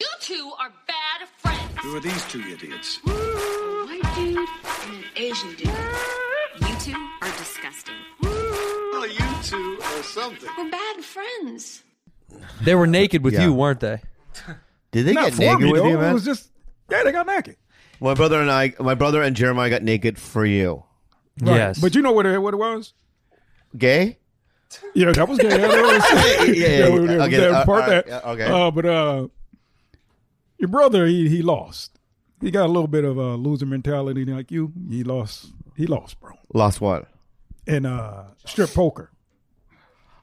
You two are bad friends. Who are these two idiots? White dude and an Asian dude. You two are disgusting. Well, you two or something. We're bad friends. They were naked with Yeah. you, weren't they? Did they Not get for naked me with though. you, It man? was just yeah, they got naked. my brother and I, my brother and Jeremiah got naked for you. Right. Yes. but you know what it, what it was? Gay? Yeah, that was gay. Yeah, that yeah, was, that yeah. was- that was Okay, that uh, part all right, that. yeah, okay. Uh, but uh, your brother, he he lost. He got a little bit of a loser mentality like you. He lost. He lost, bro. Lost what? In uh, strip poker.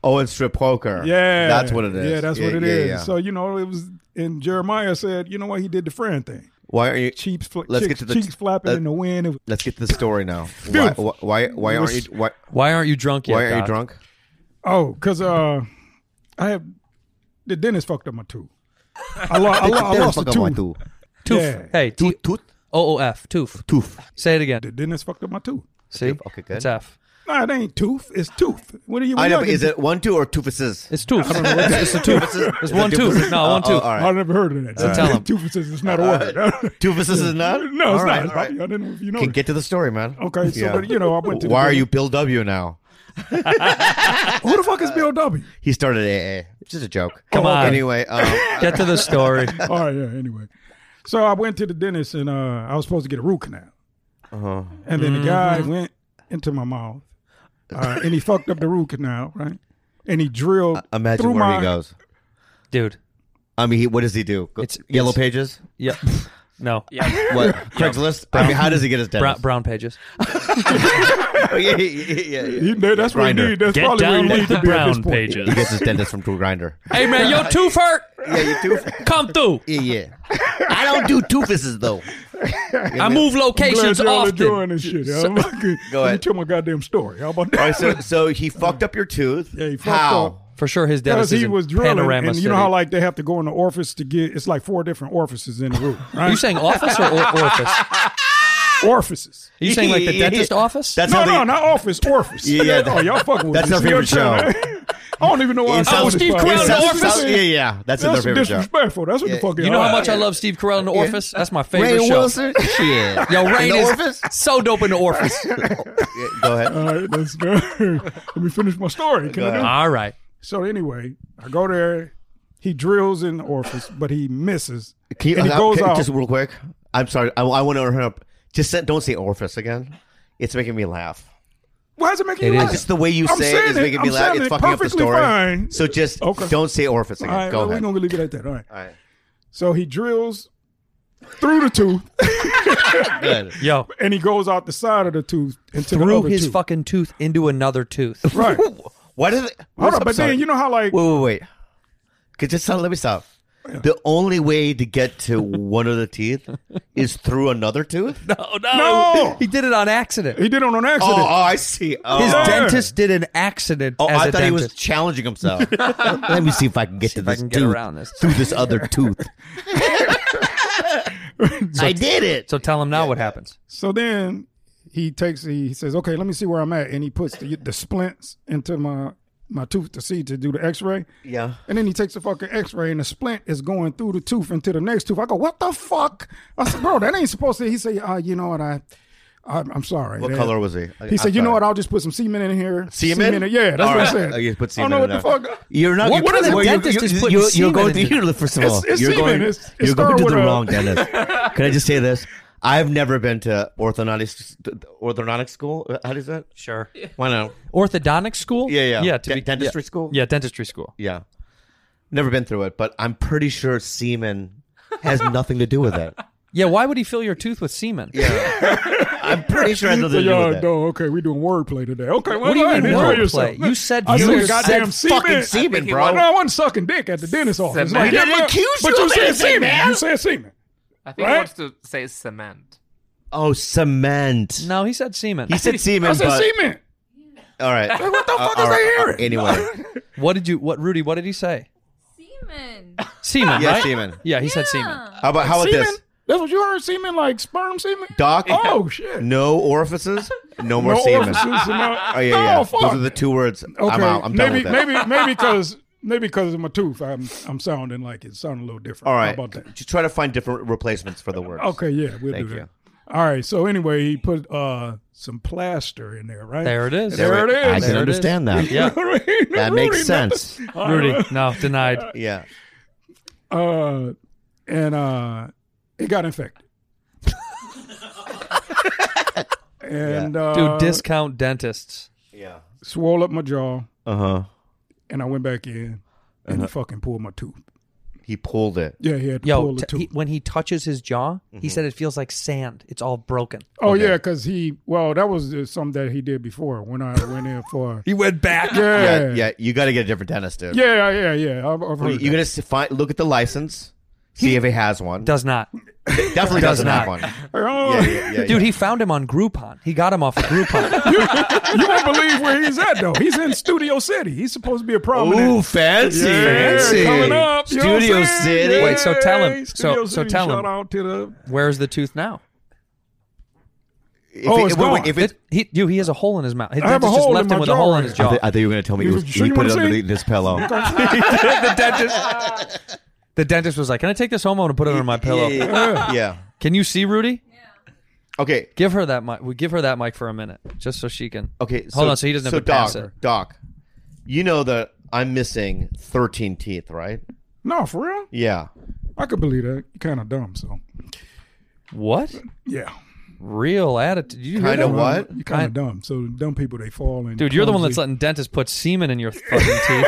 Oh, and strip poker. Yeah, that's what it is. Yeah, that's what it is. yeah. So you know, it was. And Jeremiah said, you know what? He did the friend thing. why are you? Cheeks, fl- Let's chicks, get to the- cheeks flapping let- in the wind. It was- Let's get to the story now. Why? Beautiful. Why? Why aren't you? Why? Why aren't you drunk yet? Why are you Doc? drunk? Oh, cause uh, I have the dentist fucked up my tooth. I, lo- I, lo- I lost a tooth. Tooth. Yeah. Hey, tooth. Tooth. O O F. Tooth. Tooth. Say it again. The dentist fucked up my tooth. See? Okay, good. It's F. Nah, it ain't tooth. It's tooth. What are you? I know. what But y'all is get- it one two or toofuses? It's tooth. It's a tooth. It's one tooth. No, one tooth. Oh, all I right. never heard of that. So tell 'em. Tooth says it's not a word. Toofuses is not. no, All it's right, not. all right. I didn't know if you know. Can that. get to the story, man. okay, so Yeah. but, you know, I went to. the Why are dentist. you Bill W now? Who the fuck is Bill W? He started AA. It's just a joke. Come on. Anyway, um, Get to the story. All right, Oh, yeah. Anyway, so I went to the dentist and uh, I was supposed to get a root canal, Uh-huh. and then the guy Mm-hmm. went into my mouth, uh, and he fucked up the root canal, right? And he drilled. imagine through where my, he goes. Dude. I mean, he, what does he do? Go- It's- Yellow it's- pages? Yep. No. Yeah. What? Craigslist? I mean, how does he get his Brown, dentist? brown pages. yeah, yeah, yeah, yeah. He, that's what he Grinder. need. That's Get probably down what he with need the to be at this brown point. He pages. gets his dentist from True Grinder. hey, man, your tooth hurt. Yeah, you do. Come through. Yeah, yeah. I don't do toofuses though. I move I'm glad locations y'all are often. doing this shit. I'm like, Go Let me ahead. tell my goddamn story. How about All that? right, so so he fucked up your tooth. Yeah, he fucked How? up. For sure, his Because dentist is he in was drilling, Panorama and you City. know how like they have to go in the orifice to get. It's like four different orifices in the room, Are you right? saying office or or- orifice? Are orifices. you saying like the dentist office? That's No, how they. no, not office. Orifice. Yeah, yeah. Oh, y'all fucking with That's me. our See what favorite I'm show. saying? I don't even know in why. I'm South- doing Oh, this Steve Carell podcast. in in the South- Office? South- yeah, yeah. That's, in their That's favorite show. disrespectful. That's what the fuck. You know how much I love Steve Carell in The Office? That's my favorite show. Yeah. Yo, Rain in the is Uh, Office? so dope in The Office. Yeah, go ahead. All right, let's go. Let me finish my story. Can I do it? All right. So anyway, I go there. He drills in the orifice, but he misses. Can you, and he uh, goes can- out. Just real quick. I'm sorry. I, I want to interrupt. Just say, don't say orifice again. It's making me laugh. Why is it making It you is. laugh? Just the way you I'm say saying it is it- making me I'm laugh. saying It's it fucking up the perfectly story. fine. So just Okay. don't say orifice All again. right, Go we're ahead. gonna leave it at that. All right. All right. So he drills through the tooth, Good. Yo, and he goes out the side of the tooth into the threw other his tooth. fucking tooth into another tooth. Right. Hold Why did? It, on, but then you know how like Wait, wait, wait. Could just let me stop. The only way to get to one of the teeth is through another tooth. Oh, no. No. He did it on accident. he did it on an Oh, accident. oh, I see. Oh, His Yeah. dentist did an accident Oh, as a I thought he was dentist. challenging himself. let me see if I can get to if I this can get tooth around this. through this other tooth. I did it. So tell him now what happens. So then he takes he says, "Okay, let me see where I'm at," and he puts the, the splints into my my tooth to see to do the X-ray. Yeah. And then he takes a fucking X-ray, and the splint is going through the tooth into the next tooth. I go, "What the fuck?" I said, "Bro, that ain't supposed to." He said, uh, "You know what? I, I I'm sorry." What That- color was he? He said, "You know what? I'll just put some cement in here." Semen? Yeah, that's All what I right. said. Oh, you put I don't know what semen the in there. fuck. You're not. What you're, kind of well, you- dentist you- is putting you're, you're semen going in to there? you're, first of all, It's- it's you're semen. going, It's- it's you're going started to with the a- wrong dentist. Can I just say this? I've never been to orthodontics orthodontic school. Uh, How does that? Sure. Why not? Orthodontic school? Yeah, yeah. Yeah. To De- be, dentistry yeah. school? Yeah, dentistry school. Yeah, never been through it, but I'm pretty sure semen has nothing to do with it. Yeah, why would he fill your tooth with semen? I'm pretty sure I know So the y'all that. know, okay, we doing wordplay today. Okay, well, What do you go mean ahead, enjoy yourself. wordplay? You said I you said goddamn said semen. fucking semen, I- bro. No, I wasn't sucking dick at the dentist office. Semen. Like, He didn't yeah, accuse but you you of said anything, semen. man. You said semen. I think Right? he wants to say cement. Oh, cement. No, he said semen. He said semen, I said but semen. all right. Uh, What the fuck All is they right, hearing? Anyway, What did you? What Rudy? What did he say? Semen. Semen, yeah, right? semen. Yeah, he said semen. How about how about Semen? this, That's what you heard, semen, like sperm semen? Doc? Oh, shit. No orifices, no more no semen. orifices, no- Oh yeah, yeah. No, fuck. Those are the two words. Okay, I'm out. I'm done maybe, with that. maybe, maybe because maybe because of my tooth, I'm I'm sounding like it sounding a little different. All How right. about that? Just try to find different replacements for the words. Okay, yeah, we'll Thank do that. you. All right. So anyway, he put uh some plaster in there, right? There it is. There it I can is. There it understand that. Yeah, That makes sense. Rudy. No, denied. Yeah. Uh, and uh, it got infected. and uh, Dude, discount dentists. Yeah. swole up my jaw, Uh huh. and I went back in and he fucking pulled my tooth. He pulled it. Yeah, he had to Uh-huh. Yo, pull the t- tooth. he- when he touches his jaw, Mm-hmm. he said it feels like sand. It's all broken. oh yeah, because he well, that was uh, something that he did before when I went in for. He went back. Yeah, Yeah. Yeah. You got to get a different dentist, dude. Yeah, yeah, yeah. I've, I've heard You're that. gonna s- find, look at the license, see if he has one. Does not. Definitely does doesn't have not. one. Yeah, Oh, yeah, yeah, yeah. Dude, he found him on Groupon. He got him off of Groupon. you won't believe where he's at though. He's in Studio City. He's supposed to be a prominent. Ooh, fancy, Yeah, fancy. coming up. you know what I'm Studio saying? City. Wait, so tell him. So- so Studio City, tell shout him. out to the Where's the tooth now? If Oh, it- it's wait, wait, gone. If it, It- he, dude, he has a hole in his mouth. His I have dentist a just hole left in him my with a jaw hole in right his I, jaw. thi- I thought you were gonna tell me You it was, sure he you put wanna it see? underneath his pillow. the dentist. The dentist was like, "Can I take this home? I want to put it on my pillow." Yeah. yeah. Can you see Rudy? Okay. Give her that mic. We give her that mic for a minute, just so she can. Okay. Hold on, so he doesn't have to Doc, pass it. Doc, you know that I'm missing 13 teeth, right? no, for real. Yeah. I could believe that. You're kind of dumb. So What yeah, real attitude? You hear Kinda that? what? you're kind Kind- of dumb. So dumb people they fall in. Dude, you're the one that's clumsy- letting dentists put semen in your fucking teeth.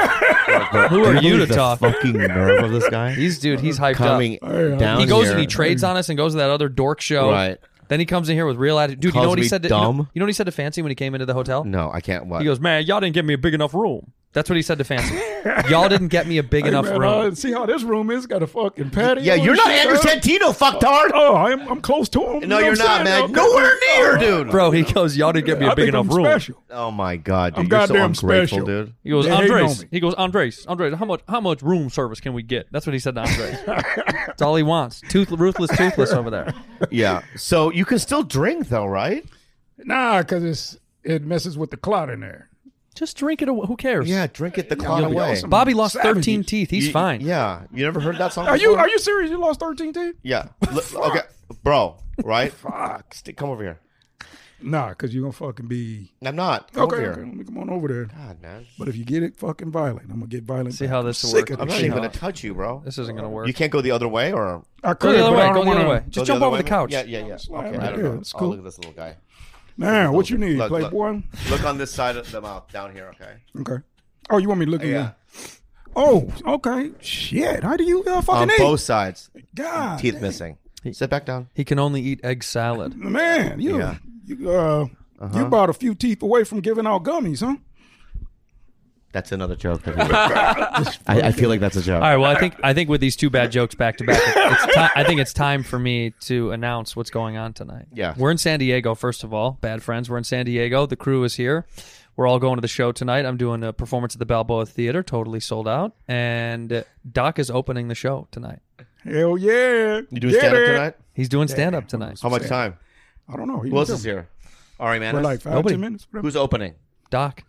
Who are Can you to believe the talk? Fucking nerve of this guy. He's dude. He's hyped coming up. Hey, uh, down. He goes and he here. trades on us and goes to that other dork show. Right. Then he comes in here with real attitude. Dude, you know Calls what he me said? To, you know- dumb. You know what he said to Fancy when he came into the hotel? No, I can't. What? He goes, "Man, y'all didn't give me a big enough room." That's what he said to Fancy. y'all didn't get me a big enough Man, room. uh, see how this room is? Got a fucking patio. yeah, you're and not shit, Andrew huh? Santino, fucktard. Oh, I'm, I'm close to him. you no, know you're what I'm not, man. saying? Okay. Oh. Nowhere near, dude. Bro, he goes, "Y'all didn't get me a I big think enough I'm room." special. Oh my god, dude, I'm you're so goddamn ungrateful, special. dude. He goes, They hating Andres. on me. He goes, Andres. Andres, how much how much room service can we get? That's what he said to Andres. That's all he wants. Tooth, ruthless, toothless over there. Yeah. So you can still drink though, right? Nah, because it's it messes with the clot in there. Just drink it. away. Who cares? Yeah, drink it the clown be away. awesome. Bobby lost Savages. 13 teeth. He's You- fine. Yeah. You never heard that song? Are you before? are you serious? You lost 13 teeth? Yeah. L- okay, bro. Right. Fuck. Stick, come over here. Nah, because you're gonna fucking be I'm not. Come okay. over here. okay, let me come on over there. God, man. But if you get it fucking violent, I'm gonna get violent. See back. how I'm this sick works. of I'm this not Shit. even gonna touch you, bro. This isn't gonna work. You can't go the other way, or I go could, the other but way. I Go don't the other wanna- way. Just go jump other over way, the couch. Yeah, yeah, yeah. slide Okay, right I don't here. know. It's I'll cool. look at this little guy. Nah, what you Look, need, look, look. Playboy? Look on this side of the mouth, down here. Okay. Okay. Oh, you want me to look at Yeah. you? Oh, okay. Shit. How do you uh, On fucking eat? Um, both sides, God, teeth missing. Sit back down. He can only eat egg salad. man, you Yeah. Uh-huh. you uh, you brought a few teeth away from giving out gummies, huh? That's another joke. That we- I, I feel like that's a joke. All right. Well, I think I think with these two bad jokes back to back, it's ti- I think it's time for me to announce what's going on tonight. Yeah. we're in San Diego. First of all, bad friends. We're in San Diego. The crew is here. We're all going to the show tonight. I'm doing a performance at the Balboa Theater, totally sold out, and uh, Doc is opening the show tonight. Hell yeah. You doing Get stand up it. tonight? He's doing stand up tonight. How much time? I don't know. He Who else was is here? Ari For Manis. like five, Nobody. ten minutes. Whatever. Who's opening? Doc,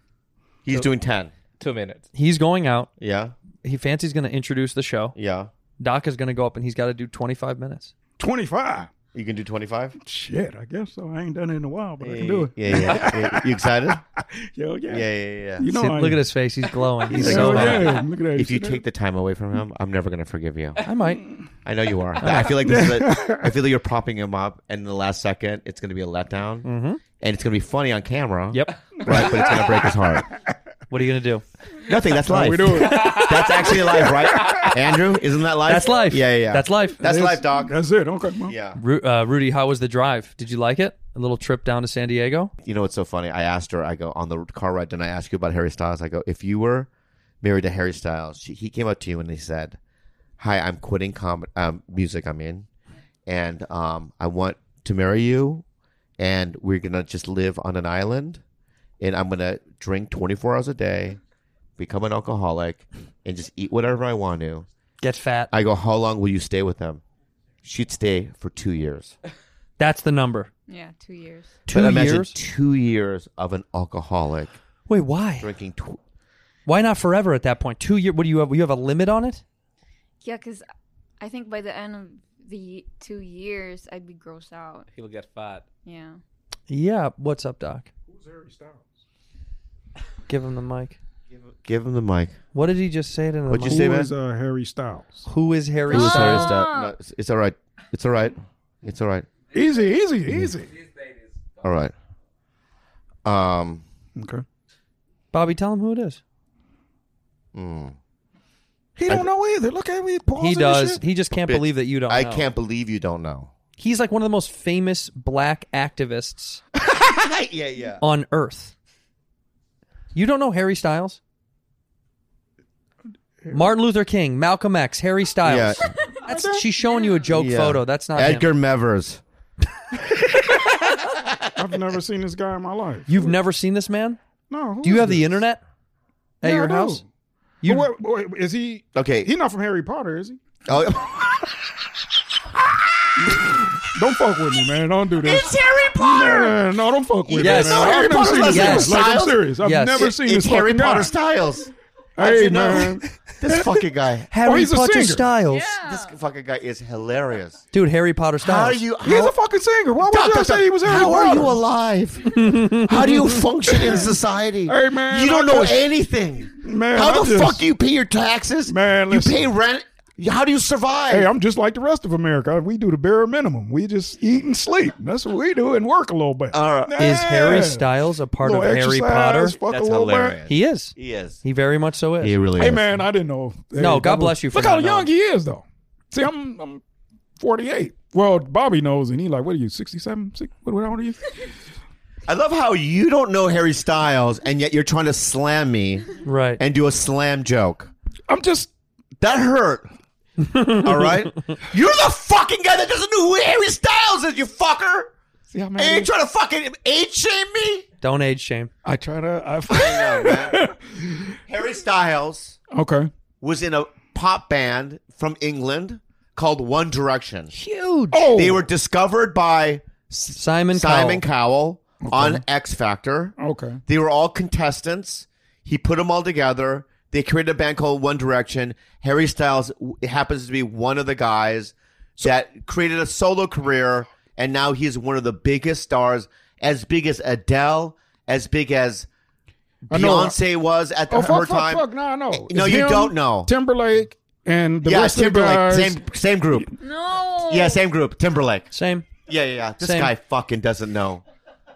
He's doing ten. Two minutes. he's going out. Yeah. He fancies going to introduce the show. Yeah. Doc is going to go up and he's got to do 25 minutes. 25. You can do twenty-five. Shit, I guess so. I ain't done it in a while, but I can do it. Yeah, yeah. yeah. You excited? Hell Yeah, yeah. yeah, yeah. You know See, I look at am. his face. He's glowing. He's He's so Hell like, happy. yeah. Look at that. If you See that? take the time away from him, I'm never gonna forgive you. I might. I know you are. I feel like this is a, I feel like you're propping him up, and in the last second, it's gonna be a letdown, mm-hmm. and it's gonna be funny on camera. Yep. Right, but it's gonna break his heart. What are you going to do? Nothing. That's life. we do it. That's actually life, right? Andrew, isn't that life? That's life. Yeah, yeah, yeah. That's life. That's It's- life, doc. That's it. Okay. Well, yeah. Ru- uh, Rudy, how was the drive? Did you like it? A little trip down to San Diego. You know what's so funny? I asked her. I go on the car ride, and I asked you about Harry Styles. I go, if you were married to Harry Styles, she, he came up to you and he said, "Hi, I'm quitting com- um, music. I'm in, and um, I want to marry you, and we're gonna just live on an island, and I'm gonna drink 24 hours a day, become an alcoholic, and just eat whatever I want to." Get fat. I go, "How long will you stay with him?" She'd stay for two years. That's the number. Yeah, two years. Two but imagine years. two years of an alcoholic Wait, why? drinking. Tw- Why not forever at that point? Two year. What do you have? You have a limit on it. Yeah, because I think by the end of the two years, I'd be grossed out. He'll get fat. Yeah. Yeah. What's up, Doc? Who's Harry Styles? Give him the mic. Give him the mic. What did he just say to the What'd you mic? say, who man? is uh, Harry Styles? Who is Harry Who's Harry Styles? Styles? No, it's, it's all right. It's all right. It's all right. Mm-hmm. Easy, easy, easy. All right. Um. Okay. Bobby, tell him who it is. He don't know either. Look at me. pausing He and does. shit. He just can't Bitch, believe that you don't. I know. can't believe you don't know. He's like one of the most famous black activists yeah, yeah. on earth. You don't know Harry Styles? Martin Luther King, Malcolm X, Harry Styles. Yeah. That's, she's showing you a joke Yeah. photo. That's not him. Edgar Mevers. I've never seen this guy in my life. You've never seen this man? No. who Do you is have the this? internet at Yeah, I Oh, your do. house? But You Wait, wait, wait, is he? Okay. He not from Harry Potter, is he? Oh, Don't fuck with me, man. Don't do this. It's Harry Potter. No, no, no, don't fuck with Yes. me. man. No, Harry I've never Potter's seen not this Harry guy. Like, I'm Styles. serious. I've Yes. never seen it's this Harry fucking Potter guy. Styles. Hey, You know? man. this fucking guy. Oh, Harry he's a Potter singer. Styles. This fucking guy is hilarious. Dude, Harry Potter How Styles. do you? He's how- a fucking singer. Why would Doc, you doc, say he was doc, Harry How Potter? are you alive? how do you function in society? Hey, man, you don't I know just- anything. Man, how I the just- fuck do you pay your taxes? Man, you listen. pay rent. How do you survive? Hey, I'm just like the rest of America. We do the bare minimum. We just eat and sleep. That's what we do and work a little bit. All right. Is Harry Yeah. Styles a part of Little Harry exercise, Potter? fuck a little bit. He is. He is. He very much so is. really Hey, man, I didn't know. No, God bless you for Look how not young knowing. he is, though. See, I'm I'm 48. Well, Bobby knows, and he like, what are you, 67? Six, what, what old are you? I love how you don't know Harry Styles, and yet you're trying to slam me Right. and do a slam joke. I'm just. That hurt. All right? You're the fucking guy that doesn't know who Harry Styles is, you fucker! See how And many? you're trying to fucking age shame me? Don't age shame. I try to. I, Harry Styles okay. was in a pop band from England called One Direction. Huge. Oh, They were discovered by Simon Simon Cowell. Cowell on X Factor. okay. They were all contestants. He put them all together. They created a band called One Direction. Harry Styles w- happens to be one of the guys that created a solo career, and now he is one of the biggest stars, as big as Adele, as big as I know. Beyonce was at the, Oh, fuck, her fuck, time. fuck. No, I know. No, It's you him, don't know. Timberlake and the yeah, rest of the Timberlake, guys. same same group. No. Yeah, same group. Timberlake. Same. Yeah, yeah, yeah. This Same. guy fucking doesn't know.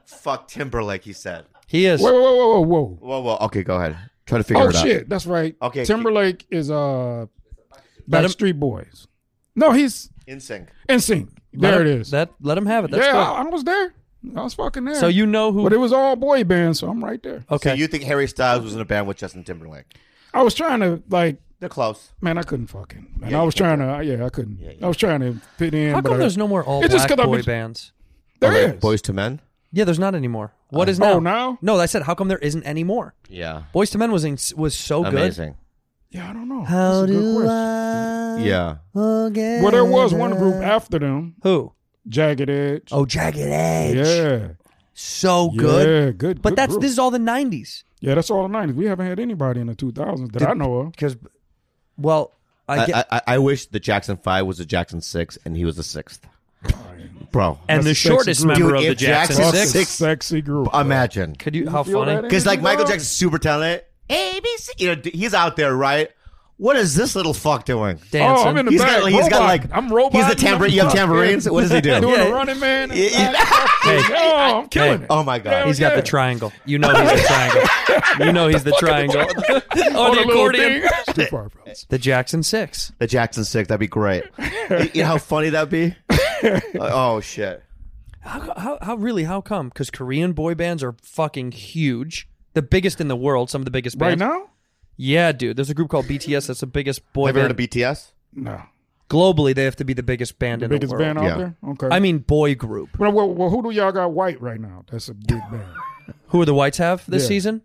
Fuck Timberlake, he said. He is. Whoa, whoa, whoa, whoa, whoa. Whoa, whoa. Okay, go ahead. Try to figure Oh it out. shit, that's right. Okay. Timberlake is Let uh, him- Backstreet Boys. No, he's In sync. in sync. Let There it him- is. That let him have it. That's yeah, cool. I, I was there. I was fucking there. So you know who? but it was all boy bands, so I'm right there. okay. So you think Harry Styles was in a band with Justin Timberlake? I was trying to like, They're close. man, I couldn't fucking. Man, Yeah, I you was can't trying to. Yeah, I couldn't. Yeah, yeah. I was trying to fit in. How but come I- there's no more all It's just black 'cause I've boy been- bands? There is. Boys to Men. Yeah, there's not anymore. What is now? Oh, now? No, I said how come there isn't any more? Yeah, Boys to Men was in, was so amazing. Yeah, I don't know. How That's a good do question. good. Yeah, Forget Well, there was one group after them, Who? Jagged Edge. Oh, Jagged Edge. yeah, So good. Yeah, good. But good that's group. this is all the '90s. Yeah, that's all the nineties. We haven't had anybody in the two thousands that I know of. Because, well, I, I, get, I, I, I wish the Jackson Five was the Jackson Six and he was the sixth. Bro, and the that's a sexy shortest group. member Dude, of the if Jackson Jackson Six. Six- sexy group. imagine Could you? How feel funny? that? because like Michael Bro. Jackson's super talented. ABC, you know, he's out there, right? What is this little fuck doing? Dancing. Oh, I'm in the He's back. got, he's got robot. like I'm robot. He's the tambourine. You have tambourines. What does he do? Doing Yeah. a running man. Yeah, yeah. Hey. Oh, I'm killing it. oh my god. He's got the triangle. You know he's the triangle. You know he's the triangle. On the accordion. It's too far, bro. The Jackson Six. the Jackson Six. That'd be great. you know how funny that'd be. oh shit. How, how, how really? How come? Because Korean boy bands are fucking huge. The biggest in the world. Some of the biggest Right bands. now? Yeah, dude. There's a group called BTS that's the biggest boy Have you band. heard of BTS? No. Globally, they have to be the biggest band in Biggest the world. band out Yeah. there? Okay. I mean, boy group. well, well, well, who do y'all got white right now? That's a big band. Who do the Whites have this Yeah. season?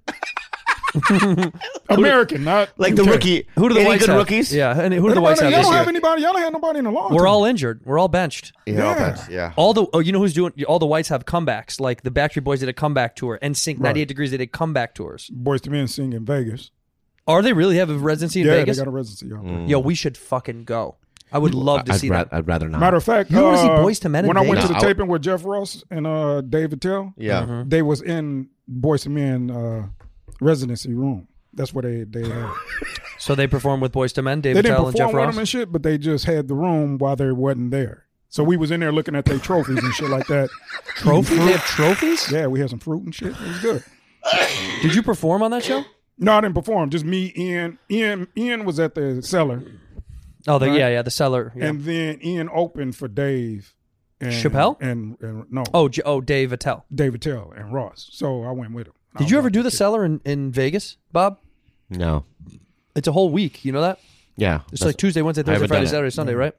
American, not Like the UK. rookie. Who do the Any Whites good have? rookies? Yeah, and who do the Nobody- Whites y'all have this don't year? have anybody. Y'all don't have nobody in a long We're time. all injured. We're all benched. Yeah. all Yeah. bets, yeah. All the oh, you know who's doing? All the Whites have comebacks. Like the Backstreet Boys did a comeback tour, and Sync 98 Degrees they did comeback tours. boys to men sing in Vegas. Are they really have a residency in yeah, Vegas? Mm. they got a residency out there. Yo, we should fucking go. I would love to Mm. I'd, see ra- that. I'd rather not. Matter of fact, You wanna see uh, Boyz II Men in when I went to the Vegas? No, I- taping with Jeff Ross and uh, David Tell, yeah. they was in Boys to Men uh, residency room. That's where they they had. So they perform with Boys to Men, they David didn't Tell, and Jeff perform with Ross. them and shit, but they just had the room while they wasn't there. So we was in there looking at their trophies and shit like that. Trophies? Mm-hmm. They have trophies? Yeah, we had some fruit and shit. It was good. Did you perform on that show? No, I didn't perform. Just me, Ian. Ian, Ian was at the cellar, Oh, the, yeah, yeah, the seller. Yeah. and then Ian opened for Dave and Chappelle? and, and no, oh, J- oh, Dave Attell. David Tell and Ross. So I went with him. Did you ever do the seller in, in Vegas, Bob? No. It's a whole week. You know that? Yeah. It's That's- like Tuesday, Wednesday, Thursday, haven't Friday, done it. Mm-hmm. Saturday, Sunday, right?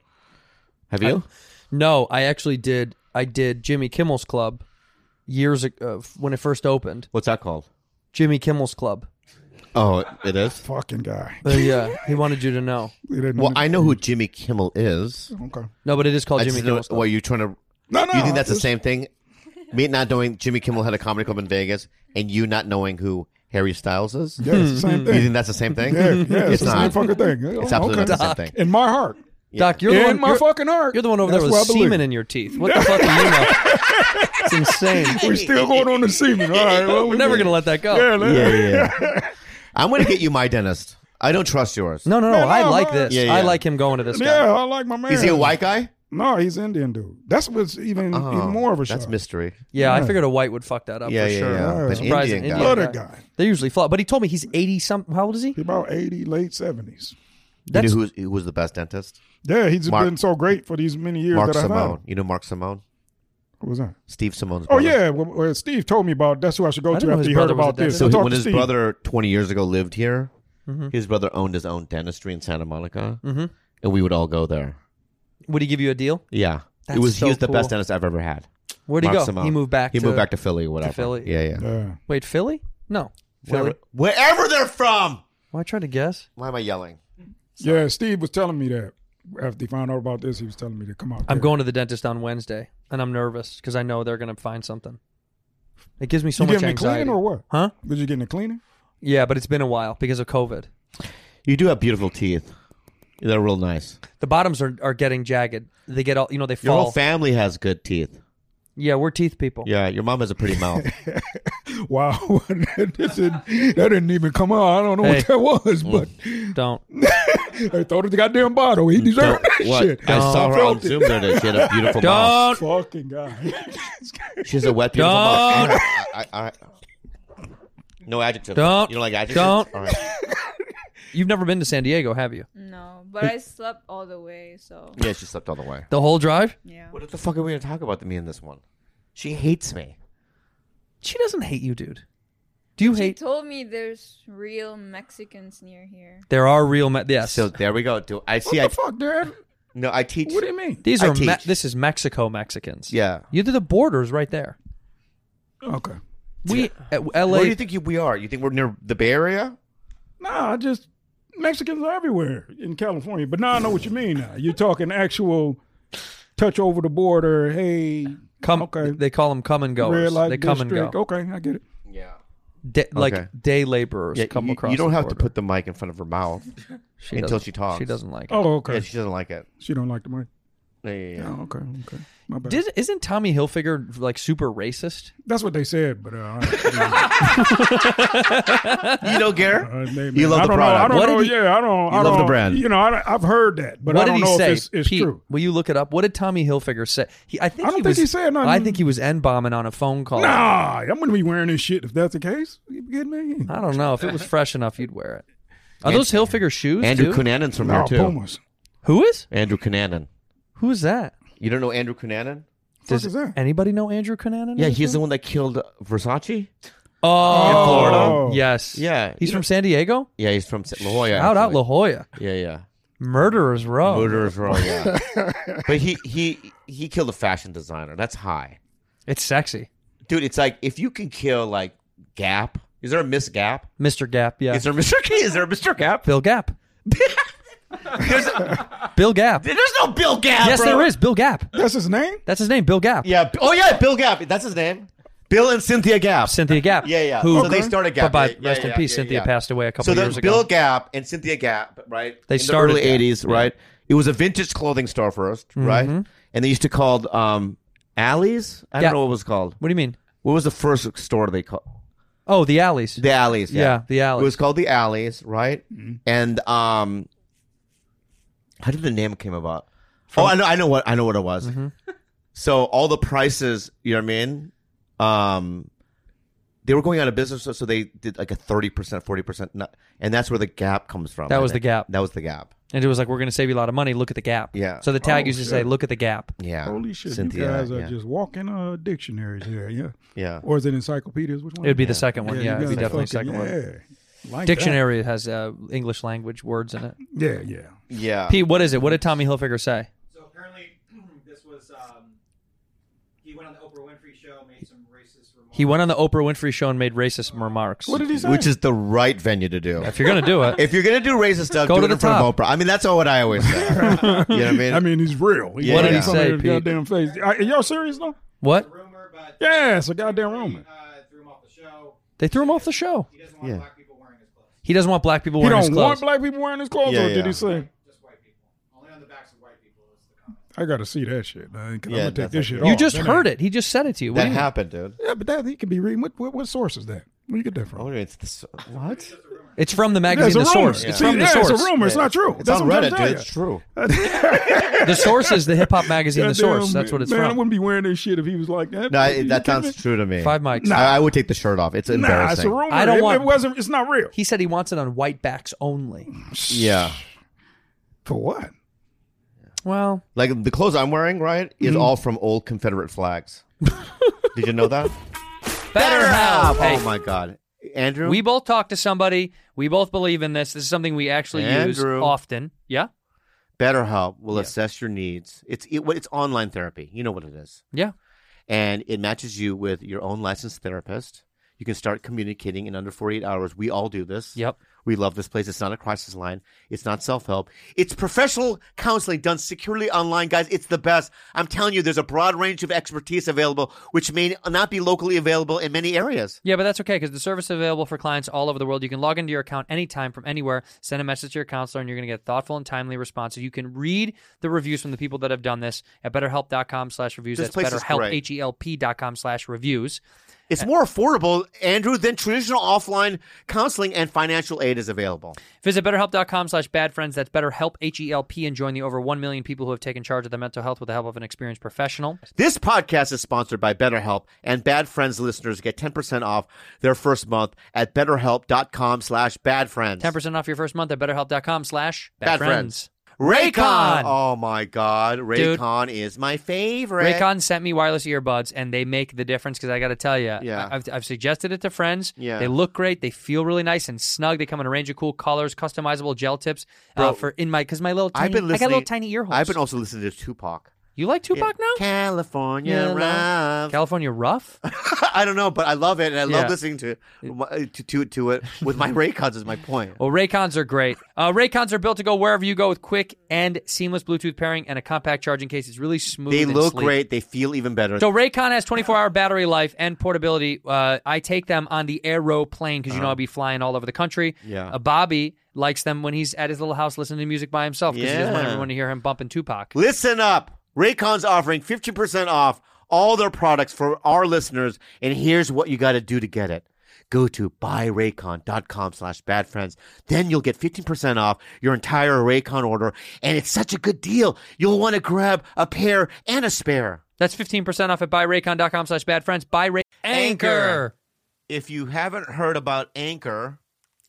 have you? No, I actually did. I did Jimmy Kimmel's Club years ago uh, when it first opened. What's that called? Jimmy Kimmel's Club. Oh, it is. fucking guy? Uh, yeah, he wanted you to know. He didn't- Well, I know who Jimmy Kimmel is. okay. No, but it is called I Jimmy just know. Kimmel's Club. What you trying to? No, no. you think that's the it's- same thing? Me not knowing Jimmy Kimmel had a comedy club in Vegas, and you not knowing who Harry Styles is. Yeah, it's the Hmm. same You thing. think that's the same thing? Yeah, yeah, it's it's, the same not. fucking thing. It's absolutely Okay. not the same thing. In my heart, Doc, you're the in one. my you're- fucking heart. You're the one over That's there what I with believe. semen in your teeth. What the fuck do you know? It's insane. We're still going on the semen. All right, well, We're never gonna let that go. Yeah, let- Yeah, yeah. yeah. I'm gonna get you my dentist. I don't trust yours. No, no, no. Man, I no, like no. this. Yeah, yeah. I like him going to this guy. yeah, I like my man. Is he a white guy? No, he's Indian dude. That's what's even, even more of a shock. That's mystery. Yeah, I figured a white would fuck that up Yeah, for yeah, sure. yeah. Yeah. But Surprising. Indian guy. Indian Other guy. They usually flop. But he told me he's eighty something. How old is he? He about eighty, late seventies. You know That's who, who was the best dentist? Yeah, he's Mark- been so great for these many years Mark that I've known. Simone. You know Mark Simone? Who was that? Steve Simone's Oh brother. yeah, well, well, Steve told me about. That's who I should I go to didn't know after his he heard brother was a about this. dentist. So I he- talked when to his Steve. brother 20 years ago lived here, his brother owned his own dentistry in Santa Monica, mm-hmm. and we would all go there. would he give you a deal? Yeah, That's it was so he was the cool. best dentist I've ever had. Where'd he Mark go? Simone. He moved back. He to, moved back to Philly, or whatever. Philly. Yeah, yeah. Yeah. Wait, Philly? No, Philly. Wherever, wherever they're from. Well, I tried to guess. Why am I yelling? yeah, Steve was telling me that after he found out about this, he was telling me to come out. I'm there. going to the dentist on Wednesday, and I'm nervous because I know they're gonna find something. It gives me so you much getting a anxiety. cleaning or what? Huh? Did you getting a cleaning? Yeah, but it's been a while because of COVID. You do have beautiful teeth. They're real nice. The bottoms are, are getting jagged. They get all you know. They Your fall. whole family has good teeth. yeah, we're teeth people. Yeah, your mom has a pretty mouth. Wow, that, didn't, that didn't even come out. I don't know Hey. what that was, Mm. but Don't. they throw the goddamn bottle. He deserved that what? shit. I saw her on Felt it. Zoom the other day. She had a beautiful mouth. Don't. Fucking guy. She has a wet, beautiful Don't. mouth. I, I, I, no adjectives. Don't. You don't like adjectives? Don't. All right. You've never been to San Diego, have you? No, but I slept all the way, so Yeah, she slept all the way. The whole drive? yeah. What the fuck are we going to talk about me in this one? She hates me. She doesn't hate you, dude. Do you She hate? told me there's real Mexicans near here. There are real. Me- yes. So there we go. Do I see? What I the fuck, Dad? no. I teach. What do you mean? These I are. Me- teach. this is Mexico Mexicans. Yeah. You do the borders right there. Okay. We at L.A. Where do you think you, we are? You think we're near the Bay Area? Nah, I just Mexicans are everywhere in California. But now I know what you mean. Now you're talking actual touch over the border. Hey, come. Okay. They call them come and goers. red light They come district. and go. Okay, I get it. Yeah. Da- Like Okay. day laborers Yeah. come you, across. you don't the have to border. put the mic in front of her mouth She until doesn't- she talks. She doesn't like it. Oh, Yeah, okay. she doesn't like it. She don't like the money. Yeah, yeah, yeah. Oh, okay, okay. My bad. Did, isn't Tommy Hilfiger like super racist? That's what they said, but uh, I don't know. You don't care. Uh, they- You love I the don't product. Know, I What don't know. did he- yeah, I don't. You I love the don't, brand. You know, I, have heard that, but what I don't did he know say? if it's, it's Pete, true. will you look it up? What did Tommy Hilfiger say? He, I think I don't he think was, he said nothing. I think he was n bombing on a phone call. Nah, I'm gonna be wearing this shit if that's the case. You kidding me? I don't know if it was fresh enough, you'd wear it. Are those Hilfiger shoes? Andrew dude? Cunanan from No, here too. Pumas. Who is? Andrew Cunanan. Who is that? You don't know Andrew Cunanan? Fuck is that? Anybody know Andrew Cunanan? Yeah, he's the one that killed Versace. Oh, Florida? Yes. Yeah, He's from San Diego. yeah, he's from La Jolla. Shout out actually. La Jolla. Oh. Yeah, yeah. Murderers Row. Murderers Row. Yeah, but he he he killed a fashion designer. That's high, It's sexy. dude. It's like if you can kill like Gap. Is there a Miss Gap? Mr. Gap. Yeah. Is there Mr. K? Is there a Mr. Gap? Bill Gap. There's, a- Bill Gap. there's no Bill Gap. yes, bro. there is. Bill Gap. That's his name. That's his name. Bill Gap. Yeah. B- Oh yeah, Bill Gap. That's his name. Bill and Cynthia Gap. Cynthia Gap. yeah, yeah. Who, so they started Gap. Bye-bye. Yeah, yeah, Rest in yeah, peace. yeah, Cynthia yeah. passed away a couple so there years was ago. Bill Gap and Cynthia Gap, right? They in started Mm-hmm. the Gap. early '80s, right? It was a vintage clothing store 1st right? And they used to call um, alleys. I Yeah. don't know what it was called. What do you mean? What was the first store they called? Oh, the alleys. The alleys. Yeah, Yeah, the alleys. Mm-hmm. It was called the alleys, right? And um, how did the name came about? oh, I know, I know what I know what it was. Mm-hmm. So all the prices, you know what I mean? Um, they were going out of business, so, so they did like a thirty percent, forty percent, and that's where the gap comes from. That I was the think. Gap. That was the gap. and it was like, we're going to save you a lot of money. Look at the gap. Yeah. So the tag Oh, used to shit. say, look at the gap. Yeah. Holy shit! Cynthia, you guys are yeah. just walking uh, dictionaries here. Yeah. Yeah. Or is it encyclopedias? Which one? It would be the second one. Yeah, you it'd be guys definitely the fucking- second one. Yeah. Like that. Dictionary has uh, English language words in it. Yeah, yeah. yeah. Pete, what is it? What did Tommy Hilfiger say? So apparently, this was um, he went on the Oprah Winfrey show, made some racist remarks. He went on the Oprah Winfrey show and made racist remarks. What did he say? Which is the right venue to do. if you're going to do it, If you're gonna do racist stuff, Go do to it the in front of Oprah. I mean, that's all what I always say. you know what I mean? I mean, he's real. Yeah. What did he He's on say, his Pete? Goddamn face. Are, are y'all serious though? what? rumor, but Yeah, it's a goddamn rumor. uh, threw him off the show. They threw him off the show. He doesn't want Yeah. black people wearing his clothes, He doesn't want black people He wearing his don't want clothes. black people wearing his clothes, Yeah, or did yeah. he say? just white people. Only on the backs of white people is the comment. I gotta see that shit, man. 'cause Yeah, I'm gonna take that's this like- shit you off. just That heard it. ain't- He just said it to you. What that do you- happened, dude. Yeah, but that he could be reading. What, what, what source is that? Where you get that Oh, from? it's the, what? It's from the Yeah, magazine it's a The rumor. Source. It's See, from the yeah, source. it's a rumor. It's not true. It's That's on what I'm Reddit, trying dude. to It's true. The source is the hip hop magazine The Goddamn, Source. That's what it's man, I from. wouldn't be wearing this shit if he was like that. No, You I- that kidding me? sounds true to me. Five mics. I, I would take the shirt off. It's Nah, it's embarrassing. a rumor. I don't It- want- It wasn't. It's not real. He said he wants it on white backs only. yeah, For what? Well, like the clothes I'm wearing, right, is Mm-hmm. all from old Confederate flags. Did you know that? better help. Hey, Oh my God, Andrew. we both talk to somebody. We both believe in this. This is something we actually use Andrew. often. Yeah, BetterHelp will assess your needs. It's it, it's online therapy. You know what it is. yeah. and it matches you with your own licensed therapist. You can start communicating in under 48 hours. We all do this. Yep. We love this place. It's not a crisis line. It's not self help. It's professional counseling done securely online, guys. It's the best. I'm telling you, there's a broad range of expertise available, which may not be locally available in many areas. Yeah, but that's okay because the service is available for clients all over the world. You can log into your account anytime from anywhere, send a message to your counselor, and you're going to get thoughtful and timely responses. You can read the reviews from the people that have done this at betterhelp.com slash reviews. This That's place is betterhelp, great. H-E-L-P dot com slash reviews. It's more affordable, Andrew, than traditional offline counseling, and financial aid is available. Visit betterhelp.com slash badfriends. That's betterhelp, H-E-L-P, and join the over 1 million people who have taken charge of their mental health with the help of an experienced professional. This podcast is sponsored by BetterHelp, and Bad Friends listeners get 10% off their first month at betterhelp.com slash badfriends. 10% off your first month at betterhelp.com slash badfriends. Badfriends. Raycon! Raycon! Oh, my God. Dude. Raycon is my favorite. Raycon sent me wireless earbuds, and they make the difference because I got to tell you, Yeah. I've, I've suggested it to friends. Yeah. They look great. They feel really nice and snug. They come in a range of cool colors, customizable gel tips uh, Bro, for in my because my little tiny, I've been I got listening. little tiny ear holes. I've been also listening to Tupac. you like Tupac Yeah. now? California Yeah, Rough. California rough. I don't know, but I love it, and I Yeah. love listening to it, to, to, to it with my Raycons is my point. Well, Raycons are great. Uh, Raycons are built to go wherever you go with quick and seamless Bluetooth pairing and a compact charging case. It's really smooth. They and look sleek. great. They feel even better. So Raycon has 24-hour battery life and portability. Uh, I take them on the aeroplane because you know I'll be flying all over the country. Uh-huh. Yeah. Uh, Bobby likes them when he's at his little house listening to music by himself because he doesn't want Yeah. everyone to hear him bumping Tupac. Listen up. Raycon's offering 15% off all their products for our listeners, and here's what you got to do to get it. Go to buyraycon.com slash badfriends. Then you'll get 15% off your entire Raycon order, and it's such a good deal. You'll want to grab a pair and a spare. That's 15% off at buyraycon.com slash bad friends. Buy Ray- Anchor. Anchor. If you haven't heard about Anchor,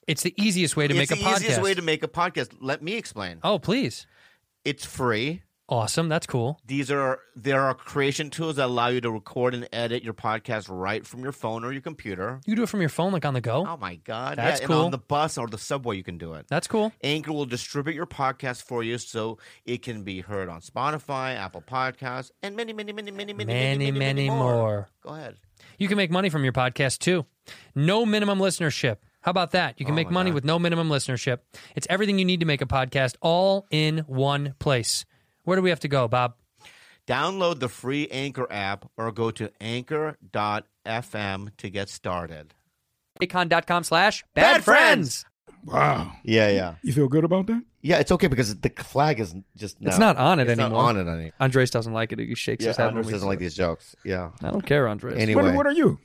It's the easiest way to it's make a the easiest podcast. way to make a podcast. Let me explain. oh, please. It's free. Awesome. That's cool. These are there are creation tools that allow you to record and edit your podcast right from your phone or your computer. You can do it from your phone, like on the go. Oh my god, That's yeah, And cool. on the bus or the subway, you can do it. That's cool. Anchor will distribute your podcast for you, so it can be heard on Spotify, Apple Podcasts, and many, many, many, many, many, many, Many, many more. Go ahead. You can make money from your podcast too. No minimum listenership. How about that? You can make money with no minimum listenership. It's everything you need to make a podcast all in one place. Where do we have to go, Bob? Download the free Anchor app or go to anchor.fm to get started. Acon.com slash Bad friends. Wow. Yeah, yeah. You feel good about that? Yeah, it's okay because the flag is just It's not on it It's not anymore. on it anymore. Andres doesn't like it. He shakes Yeah, his head. Anders when we- doesn't like these jokes. Yeah. I don't care, Andres. Anyway, What, what are you?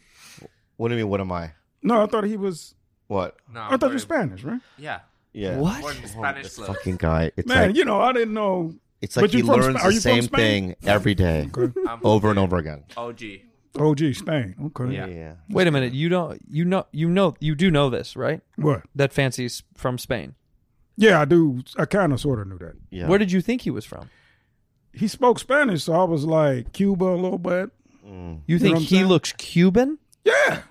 what do you mean? What am I? No, I thought he was. What? No, I thought very- you're Spanish, right? Yeah. Yeah. Oh, What? Born in Spanish This love. fucking guy. It's Man, like, you know, I didn't know. it's like but you he from Spa- learns are the you from same Spain? thing every day, I'm over and over again. OG. OG Spain. Okay. Yeah. Wait a minute. You don't. You know. You know. You do know this, right? What? That fancy's from Spain. Yeah, I do. I kind of sort of knew that. Yeah. Where did you think he was from? He spoke Spanish, so I was like Cuba a little bit. You think what I'm he saying? looks Cuban? Yeah.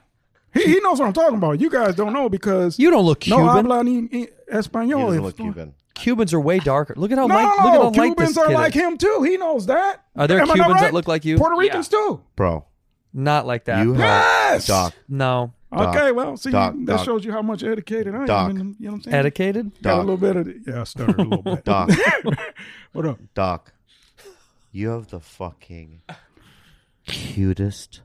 He, he knows what I'm talking about. You guys don't know because You don't look no Cuban. habla ni ni español. He doesn't If- look Cuban. Cubans are way darker. Look at how No, light. Look at how light Cubans this are kid like is. him too. He knows that. Are there Am I not Cubans that right? look like you? Puerto Ricans too. Bro, Not like that. you have Yes. Doc. no. Doc. Okay, well, see, Doc, that Doc. shows you how much educated I Doc. am. in them, you know what I'm saying? Educated? Got a Doc. little bit of yeah, I stuttered a little bit. Doc. What up? Doc. You have the fucking cutest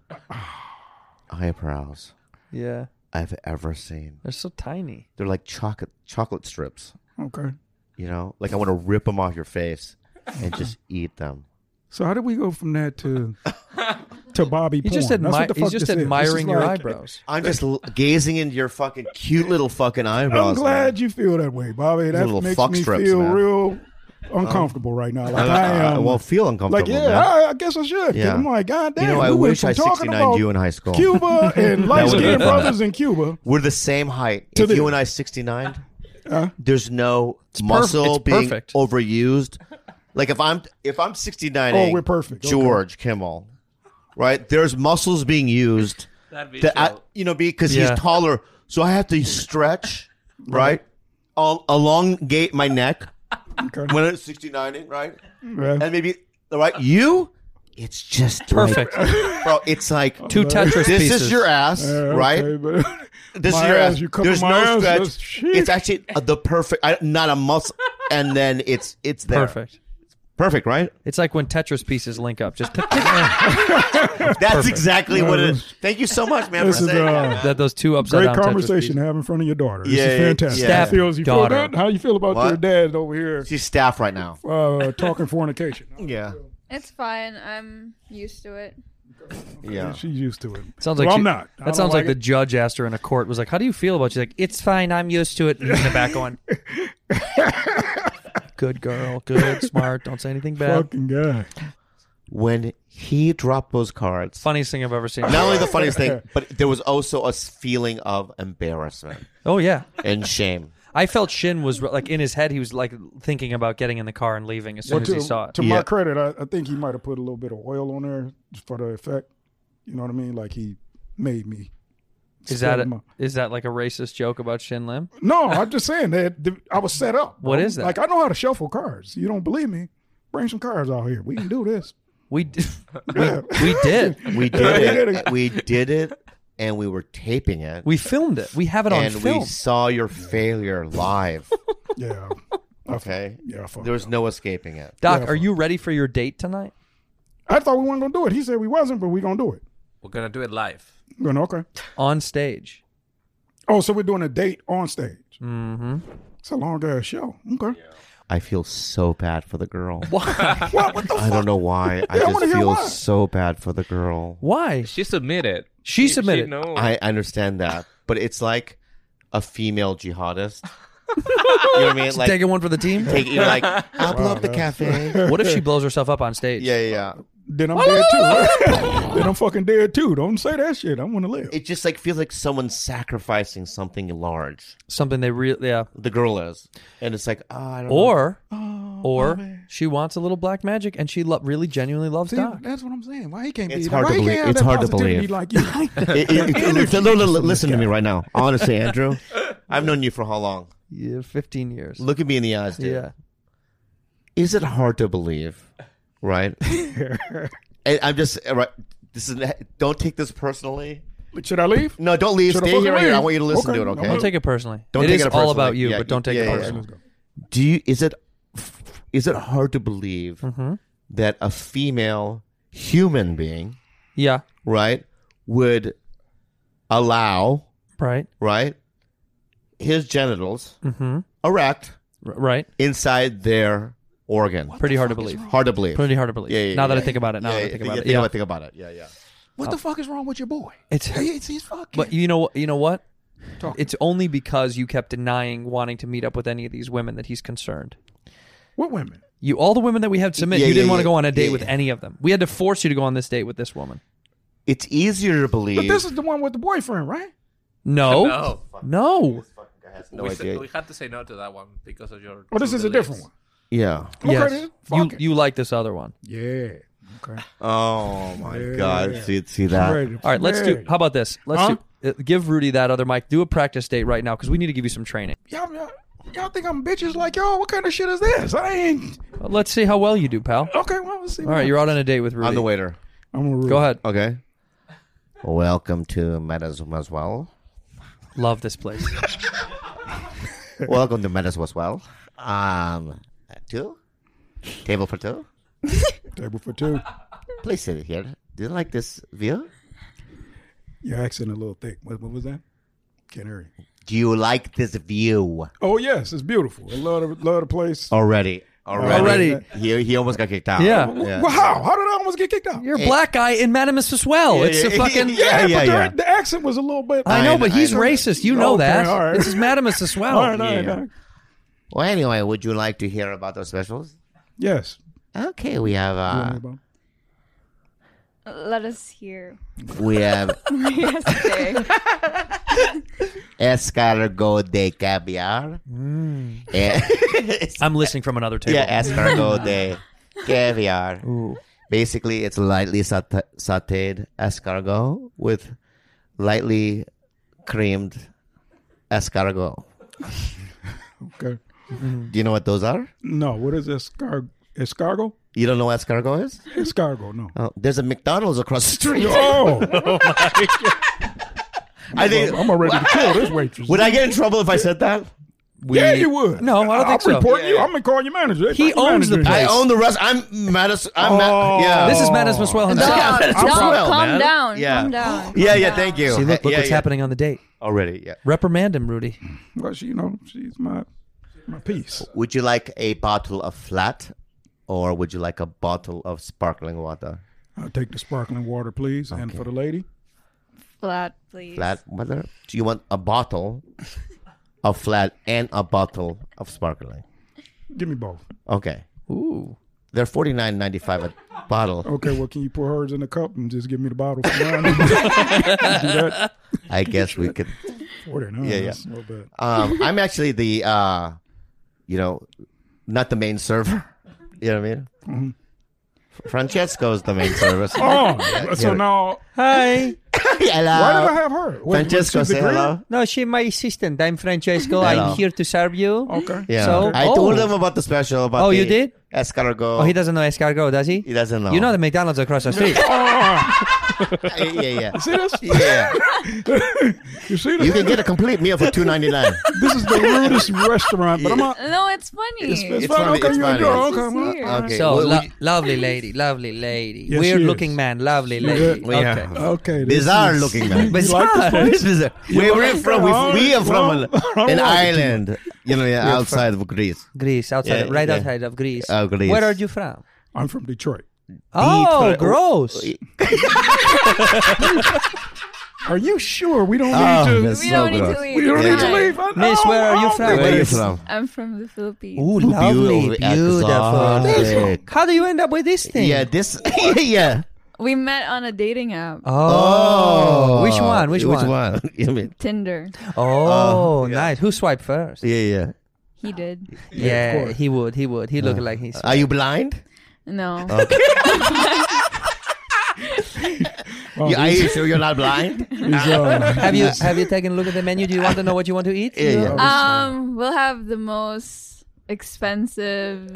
eyebrows Yeah. I've ever seen. They're so tiny. They're like chocolate chocolate strips. Okay. You know, like I want to rip them off your face and just eat them. So how did we go from that to to Bobby? He just, porn? That's admi- what the he's fuck just this is. This admiring is your like- eyebrows. I'm just l- gazing into your fucking cute little fucking eyebrows. I'm glad man. you feel that way, Bobby. That little makes fuck me strips, feel man. Uh-huh. real uncomfortable right now. Like I, I, I, am. I won't feel like uncomfortable. yeah, man. I, I guess I should. 'cause Yeah. I'm like, God damn. You know, we I went wish from I talking 69 about you in high school. Cuba and light would've been skinned fun. brothers in Cuba. We're the same height. To if the- Uh, you and I 69, there's no perf- muscle it's being perfect. overused. Like if I'm if I'm 69, Oh, we're perfect. Okay. George Kimmel, right? There's muscles being used That'd be that I, cool. you know because Yeah. he's taller, so I have to stretch, right? All elongate my neck Okay. when it's 69, right? Yeah. And maybe right you, it's just Perfect. like- bro. It's like Two Tetris This pieces. is your ass, Yeah, right? Uh, okay, but- This My is your ass, ass. you cover There's my no ass, that's- stretch. shit. It's actually uh, the perfect, I, not a muscle, and then it's it's there. Perfect. perfect, right? It's like when Tetris pieces link up. Just That's exactly what it is. Thank you so much, man, for This is, saying that. uh, man. that those two upside Great down Tetris conversation eh? pieces. to have in front of your daughter. Yeah, this is yeah, fantastic. yeah. It feels you Daughter. feel good. How you feel about What? your dad over here She's staff right now. uh, talking fornication? Yeah, It's fine. I'm used to it. yeah. She's used to it. Sounds like well, she- I'm not. I That don't sounds like, like the it. judge asked her in a court was like, "How do you feel about?" it?" She's like, "It's fine. I'm used to it." And in the back going, "Good girl, good, smart. Don't say anything bad." fucking guy. When he dropped those cards, Funniest thing I've ever seen. not only the funniest thing, but there was also a s- feeling of embarrassment Oh yeah, and shame. I felt Shin was like in his head. He was like thinking about getting in the car and leaving as soon Well, as to he saw it. to Yeah. my credit, I, I think he might have put a little bit of oil on there for the effect. You know what I mean? Like he made me. Is that Set him a, up. is that like a racist joke about Shin Lim? No, I'm just saying that th- I was set up. What bro. is that? Like I know how to shuffle cards. You don't believe me? Bring some cards out here. We can do this. We d- we, we did. We did it. We did it, and we were taping it, We filmed it. We have it on and film. we saw your failure live. Yeah. Okay, Yeah, I fucked there was no escaping it. Doc, are you ready for your date tonight? I thought we weren't gonna do it. He said we wasn't, but we gonna do it. We're gonna do it live. I'm Going okay. On stage. Oh, so we're doing a date on stage. Mm-hmm. It's a long ass show. Okay. I feel so bad for the girl. Why? What? What the I don't know why. I Yeah, I just wanna hear feel why. so bad for the girl. Why? She submitted. She submitted. She knows. I understand that, but it's like a female jihadist. you know what I mean? Like, Taking one for the team. take, you're like, I'll blow up the cafe. what if she blows herself up on stage? Yeah, yeah, yeah. Then I'm dead too. right? then I'm fucking dead too. Don't say that shit. I want to live. It just like feels like someone's sacrificing something large. Something they really yeah. The girl is, and it's like, oh, I don't Or or she wants a little black magic and she lo- really genuinely loves See, Doc. that's what I'm saying. Why he can't It's be? hard why to he believe- Can't have it's that hard to positivity believe. Like you. know. It- it- it- Energy no, no, from this listen to me guy. right now, honestly, Andrew. I've known you for how long? Yeah, 15 years. Look at me in the eyes, dude. yeah. is it hard to believe, right? and I'm just right. This is don't take this personally. Should I leave? No, don't leave. Should I Stay here. fucking Right here. I leave? want you to listen Okay, to it. Okay. I'm Don't take it personally. Don't It take is it all personally. about you, Yeah, but don't take yeah, it yeah, yeah. personally. Do you? Is it? Is it hard to believe Mm-hmm. that a female human being, Yeah. right, would allow Right. right his genitals Mm-hmm. erect R- right. inside their organ? Pretty hard to believe. Hard to believe. Pretty hard to believe. Yeah, yeah, now that I yeah. think about it. Now yeah, that I yeah, think about yeah, it. Yeah. Think about it. Yeah, yeah. What the fuck is wrong with your boy? Uh, It's- he's, he's fucking. But you know what? You know what? It's only because you kept denying wanting to meet up with any of these women that he's concerned. what women? You all the women that we had submit, Yeah, you yeah, didn't want to yeah. go on a date Yeah, with yeah. any of them. We had to force you to go on this date with this woman. It's easier to believe. But this is the one with the boyfriend, right? No. No. No. no we, said- idea. we had to say no to that one because of your. Well, this true is a beliefs. different one. Yeah. Okay, Yes. then. You Fuck it. you like this other one. Yeah. Okay. Oh my Yeah. God! See, see that? Ready. All right, let's do. Ready. How about this? Let's Huh? do, uh, give Rudy that other mic. Do a practice date right now because we need to give you some training. Y'all, y'all, y'all think I'm bitches like y'all? What kind of shit is this? I ain't. Uh, Let's see how well you do, pal. Okay, well, let's see. All right, you're out on a date with Rudy. I'm the waiter. I'm gonna Go ahead. Okay. Welcome to Metas well. Love this place. Welcome to Metas well. Um, two table for two. Table for two. Please sit here. Do you like this view? Your accent a little thick. What, what was that? Can't hear you. Do you like this view? Oh yes, it's beautiful. I love the, love the place. Already, already. Already. He he almost got kicked out. Oh, Yeah. Well, how? How did I almost get kicked out? You're a black guy in Madame Well. Yeah, it's yeah, a fucking. yeah, yeah, but yeah. The, the accent was a little bit. uh, I know, but I he's know. racist. You know Okay, that. all right. This is Madame Well. All right, all right, all right. Well, anyway, would you like to hear about those specials? Yes. Okay, we have uh, Let us hear. we have Yesterday. escargot de caviar. Mm. And- I'm listening from another table. yeah, escargot de caviar. Basically, it's lightly saute- sauteed escargot with lightly creamed escargot. Okay. Do you know what those are? No, what is escar escargot? You don't know what escargot is? Escargot, no. Oh, there's a McDonald's across the street. Oh, I think. I'm already to kill this waitress. Would I get in trouble if I said that? We- yeah, you would. No, I don't I'm think so. reporting you. I'm gonna call your manager. They He call your owns the manager. place. I own the rest. I'm Madison. I'm Ma- Oh. yeah. This is Madame Well himself. Yeah, Don't, it's swell, calm man. down. Yeah. Calm down. Yeah, calm yeah. down. Thank you. See, look, look Yeah, what's yeah. happening on the date. already. Yeah. Reprimand him, Rudy. Well, she, you know, she's my my piece. Would you like a bottle of flat, or would you like a bottle of sparkling water? I'll take the sparkling water, please, and for the lady. Flat, please. Flat water. Do you want a bottle of flat and a bottle of sparkling? Give me both. Okay. Ooh. They're forty nine ninety five a bottle. Okay, well, can you pour hers in the cup and just give me the bottle for mine? Do that. I guess we could. Forty nine. Yeah, yeah. that's not bad. Um, I'm actually the, uh, you know, not the main server. You know what I mean? Francesco's the main server. Mm-hmm. Oh, so yeah. now Hi. hello. why did I have her? Wait, was Francesco, she the say great? hello. No, she's my assistant. I'm Francesco. Hello. I'm here to serve you. Okay. Yeah, So- I Oh. told him about the special. About Oh, the you did? Escargot. Oh, he doesn't know escargot, does he? He doesn't know. You know the McDonald's across the street. yeah, yeah, yeah. See this? yeah. You see this? You can get a complete meal for two ninety nine. this is the rudest restaurant, but I'm not. No, it's funny. It's, it's, It's fine. funny, Okay, it's you funny. enjoy. It's Okay, well, sincere. Okay. So well, lo- we- lovely lady, lovely lady, Yes, she weird is. looking man, lovely lady. we okay. have- okay. this bizarre is- looking man. Bizarre. It's bizarre. Where we're like from, that? we, we are from Well, I don't an like it. island you know, yeah, outside of Greece. Greece, outside, Yeah, right yeah. outside of Greece. Oh, Greece. Where are you from? I'm from Detroit. Oh, Detroit. gross. Are you sure we don't Oh, need to? that's We so don't need gross. to leave. We don't need to Hi. leave. Oh, I Miss, know, where are you I from? don't Where are you think- from? I'm from the Philippines. Ooh, lovely, beautiful. exotic. How do you end up with this thing? Yeah, this. yeah. We met on a dating app, Oh, which one? Which, which one? one? I mean, Tinder. Oh, nice. Who swiped first? yeah, yeah. He did. Yeah, he would. He would. He looked like he's. Are you blind? No. Oh, Yeah, are you sure you're not blind? he's, uh, have you have you taken a look at the menu? Do you want to know what you want to eat? Yeah, yeah. um, we'll have the most expensive,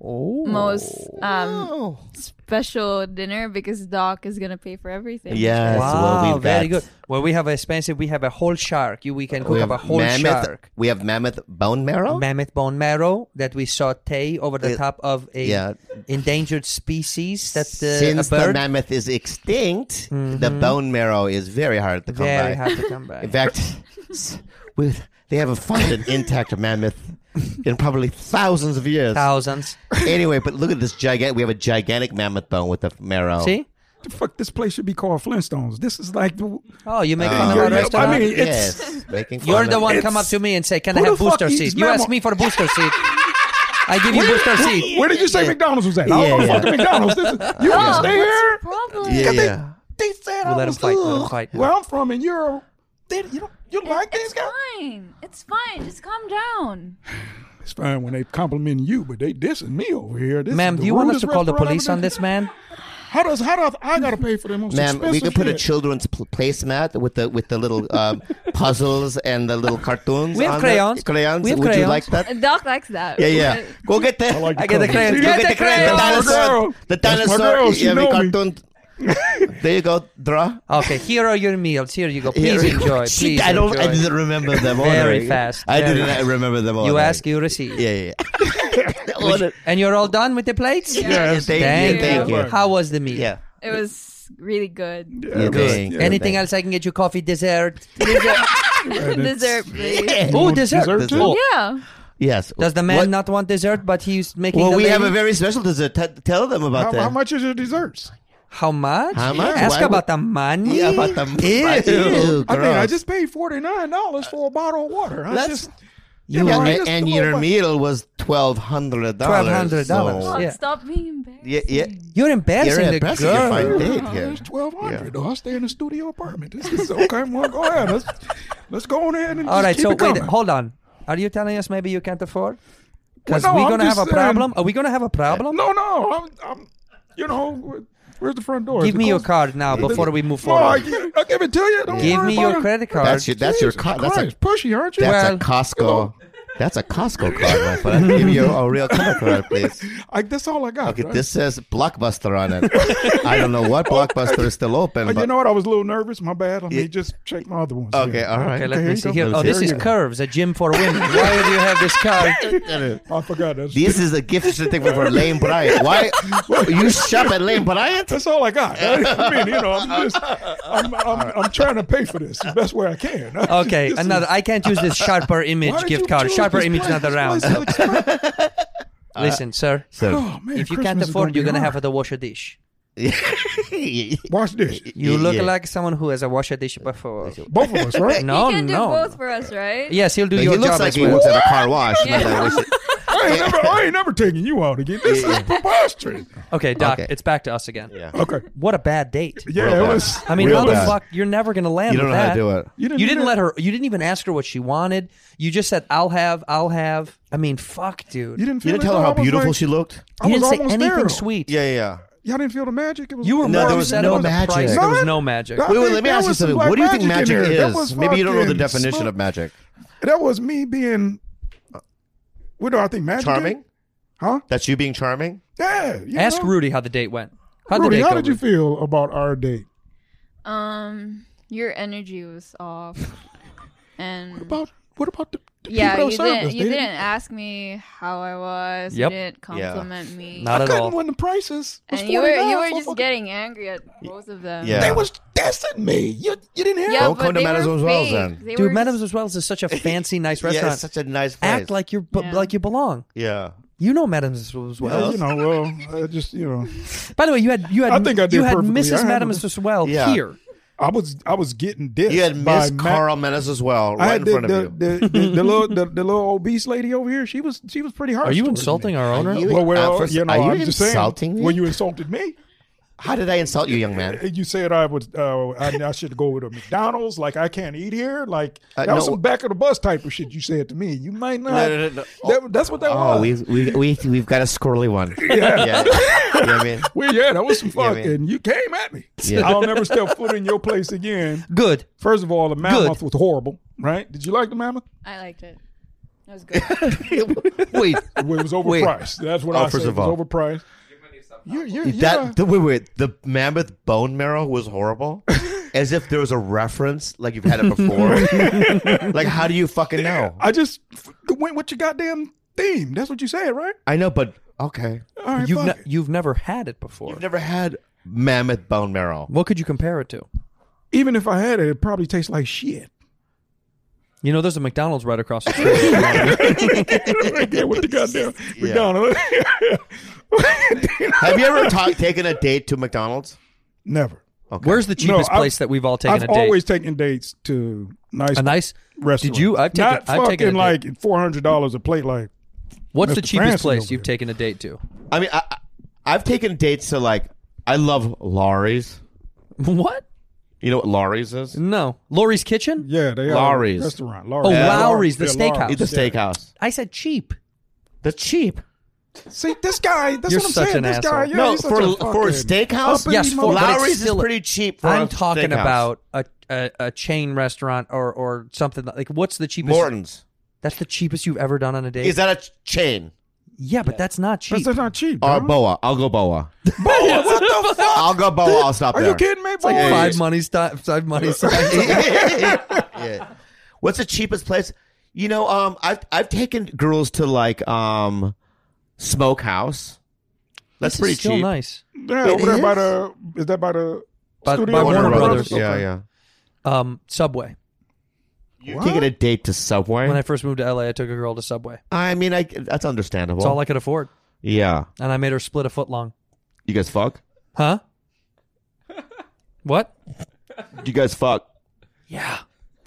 Oh. most um special dinner because Doc is gonna pay for everything. Yes. Wow, well, we've very got- good. Well, we have a expensive. We have a whole shark. You, we can cook We up have a whole mammoth. shark. We have mammoth bone marrow. Mammoth bone marrow that we saute over the Uh, top of a yeah. endangered species. That's uh, Since a the bird. Mm-hmm. mammoth is extinct, the bone marrow is very hard to come very by. hard to come by. In fact, s- we, they haven't found an intact mammoth in probably thousands of years. Thousands. Anyway, but look at this gigantic. We have a gigantic mammoth bone with a marrow. See? the fuck, this place should be called Flintstones. This is like the. Oh, you make Oh. fun of our You're- you're- I restaurant. mean, It's- Yes, making fun You're of- the one It's- come up to me and say, "Can I Who have the fuck booster eats seat?" You mammal- ask me for a booster seat. I give you booster seat. Where did you say McDonald's was at? I Yeah, don't know yeah. fucking McDonald's. This is, you can stay Oh, what's here. your problem? Yeah, yeah. They said We'll I let 'em was fight, let 'em ugh, fight. Where I'm from in Europe, they, you don't you like these It's guys? fine. It's fine. Just calm down. It's fine when they compliment you, but they dissing me over here. This Ma'am, is do you want us rudest to call the restaurant I've police ever on been- this man? How does how does I gotta pay for the most Ma'am, expensive? we could put a shit? children's pl- placemat with the with the little um, puzzles and the little cartoons. We have on the- crayons. crayons. We have Would you crayons. like that? Doc likes that. Yeah, yeah. but- Go get the. I, like the I get the crayons. Go Get the get the crayons. The crayons. dinosaur. The That's my dinosaur. girl. She You have a know me. cartoon. there you go. Draw. Okay, here are your meals. Here you go. Please Here. enjoy. Please She- I don't. enjoy. I didn't remember them. Very ordering. fast, I very didn't fast. remember them. You ordering. ask, you receive. Yeah, yeah. yeah. Order- And you're all done with the plates? Yes, thank, Thank you. you. Thank you. How was the meal? Yeah. It was really good. Yeah, thank you. Anything Thank else I can get you? Coffee, dessert? Dessert, please. you. Oh, want dessert. dessert too? Oh, Yeah. Yes. Does the man What- not want dessert, but he's making Well, the we have a lady- very special dessert. T- tell them about How, that. how much is your desserts? How much? How much? Ask Why about would- the money? Yeah, about the Ew. Ew, I mean, I gross. just paid forty nine dollars for a bottle of water. I That's- just Yeah, know, and, I just and threw your away- meal was twelve hundred dollars. $1,200, Oh, So, Yeah. Stop being embarrassed. yeah, yeah. You're embarrassing You're the impressing girl. if I did Oh, here. That's twelve hundred. Yeah. though. I stay in a studio apartment. This is okay. Well, go ahead. Let's, let's go on ahead and All just right, keep so it wait, coming. hold on. Are you telling us maybe you can't afford? Because Well, no, we're I'm gonna have just a saying- problem. Are we gonna have a problem? No, no, I'm, I'm you know, wh- where's the front door? Give Is it me your closed? card now before we move No, I forward. give, I give it to you. Don't Give worry me about your it. credit card. That's your that's your Jesus co- that's a Christ, pushy, aren't you? that's Well- a Costco. That's a Costco card, my friend. Give you a real credit card, please. I, that's all I got. Okay, right? this says Blockbuster on it. I don't know what Blockbuster is still open, Oh, but you know what? I was a little nervous. My bad. Let me Yeah. just check my other ones. okay, here. all right. Okay, let here me you see go. here. Oh, this There is you go. Curves, a gym for women. Why would you have this card? I forgot. That's, This is a gift certificate for Lane Bryant. Why you shop at Lane Bryant? that's all I got. I mean, you know, I'm just, I'm, I'm, I'm trying to pay for this the best way I can. Okay, This is- another. I can't use this sharper Why image did you gift card. choose Sharper this image, place? not the This round. place is expensive. Listen, sir. So, Oh, man, If you Christmas can't is afford, gonna you're be gonna hard. have to wash a dish. Watch this. You Yeah, look yeah. like someone who has a wash a dish before. Both of us, right? No, he can do no. both for us, right? Yes, he'll do He your looks job like as he well. works at a car wash. not that we should- I ain't never, I ain't never taking you out again. This is preposterous. Okay, Doc, Okay. it's back to us again. Yeah. Okay. What a bad date. Real Yeah, it bad. was. I mean, Real how the bad. fuck? You're never gonna land. You don't with know how to that. do it. You didn't let her. You didn't even ask her what she wanted. You just said, "I'll have, I'll have." I mean, fuck, dude. You You, didn't You feel didn't tell it, her though? how I was beautiful like- she looked. I was didn't say almost anything there. sweet. Yeah, yeah. Y'all didn't feel the magic. It was You were No, more there was upset no about the price. magic. There was None? no magic. That- Wait, wait, think let me that ask you was some something. black What do you think magic magic in is? there. That was Maybe you don't know the fucking definition smoke. of magic. That was me being. uh, What do I think? Magic. is? Charming? Huh? That's you being charming? Yeah. you Ask know? Rudy how the date went. How Rudy, did how did you feel about our date? Um, your energy was off, and About What about the, the yeah, people you that didn't. served You us? They didn't ask me how I was. Yep. You didn't Yeah. compliment me. Not I at couldn't all. win the prices. It was And you were you 49 were for just fucking- getting angry at both of them. They was dissing me. You, you didn't hear Yeah, Don't but come to they Madame were Wells fake. then. They Dude, were Madame as Wells is such a fancy, nice Yeah, it's restaurant. such a nice place. Act like you're bu- like you belong. Yeah. You know Madame as Wells. Yeah, you know, well, I just you know. By the way, you had you had I think I did you had perfectly. I Mrs. had- Madame as well Yeah. here. I was I was getting dissed. You had by Miss Ma- Carl Menes as well, I right had in the, front the, of you. The, the, the little the, the little obese lady over here. She was she was pretty harsh. Are you towards me. insulting our owner? Are you- well, well, uh, first- you know, are you I'm just insulting saying, me? Well, you insulted me. How did I insult you, young man? You said I would. Uh, I, I should go to McDonald's. Like I can't eat here. Like Uh, that was no. some back of the bus type of shit you said to me. You might not. No, no, no, That, that's what that Oh, was. we we we we've got a squirrely one. Yeah. yeah. You know what I mean? Well, yeah, that was some Yeah, fucking. man. you came at me. Yeah. I'll never step foot in your place again. Good. First of all, the mammoth was horrible, right? Did you like the mammoth? I liked it. That was good. Wait, It was Wait. overpriced. That's what Oh, I first said. of it all. was overpriced. You're, you're, That the, wait wait the mammoth bone marrow was horrible, as if there was a reference like you've had it before. like how do you fucking know? I just f- went with your goddamn theme. That's what you said, right? I know, but okay, All right, you've fuck ne- it. you've never had it before. I've never had mammoth bone marrow. What could you compare it to? Even if I had it, it probably tastes like shit. You know, there's a McDonald's right across the street. right there with the goddamn Yeah. McDonald's. Have you ever ta- taken a date to McDonald's? Never. Okay. Where's the cheapest I've- place that we've all taken I've a date? always taken dates to nice a nice. restaurants. Did you? I've taken. Not I've taken a fucking date. like four hundred dollars a plate. Like What's the Mr. cheapest Francis place over you've here. taken a date to? I mean, I, I- I've taken dates to like I love Laurie's. What? You know what Laurie's is? No, Lori's Kitchen. yeah, they are Lowry's. restaurant. Oh, Lowry's. Lowry's, the Yeah, Lowry's. steakhouse. It's a steakhouse. I said cheap. That's cheap. See this guy. That's You're what I'm such saying. an this guy. asshole. Yeah, no, he's such for a for a fucking steakhouse. uppity Yes, for- motherfucker. but it's Lowry's is still- pretty cheap. For a I'm talking steakhouse. about a, a a chain restaurant or or something like. What's the cheapest? Morton's. That's the cheapest you've ever done on a date. Is that a ch- chain yeah, but that's not cheap. That's that's not cheap. or dog. Uh, boa? I'll go boa. Boa, what the fuck? I'll go boa. I'll stop Are there. you kidding me? Boa? five money sti- five money signs. yeah. What's the cheapest place? You know, um, I've I've taken girls to like um, smokehouse. This That's is pretty still cheap. nice. Yeah, over there by the is that by the By- studio? by Warner Brothers. Yeah, Okay. yeah. Um, Subway. You're taking a date to Subway. When I I, first moved to LA, I took a girl to Subway. mean, I that's understandable. It's all I could afford, yeah. and I made her split a foot long. You guys fuck. Huh? what? You guys fuck. Yeah.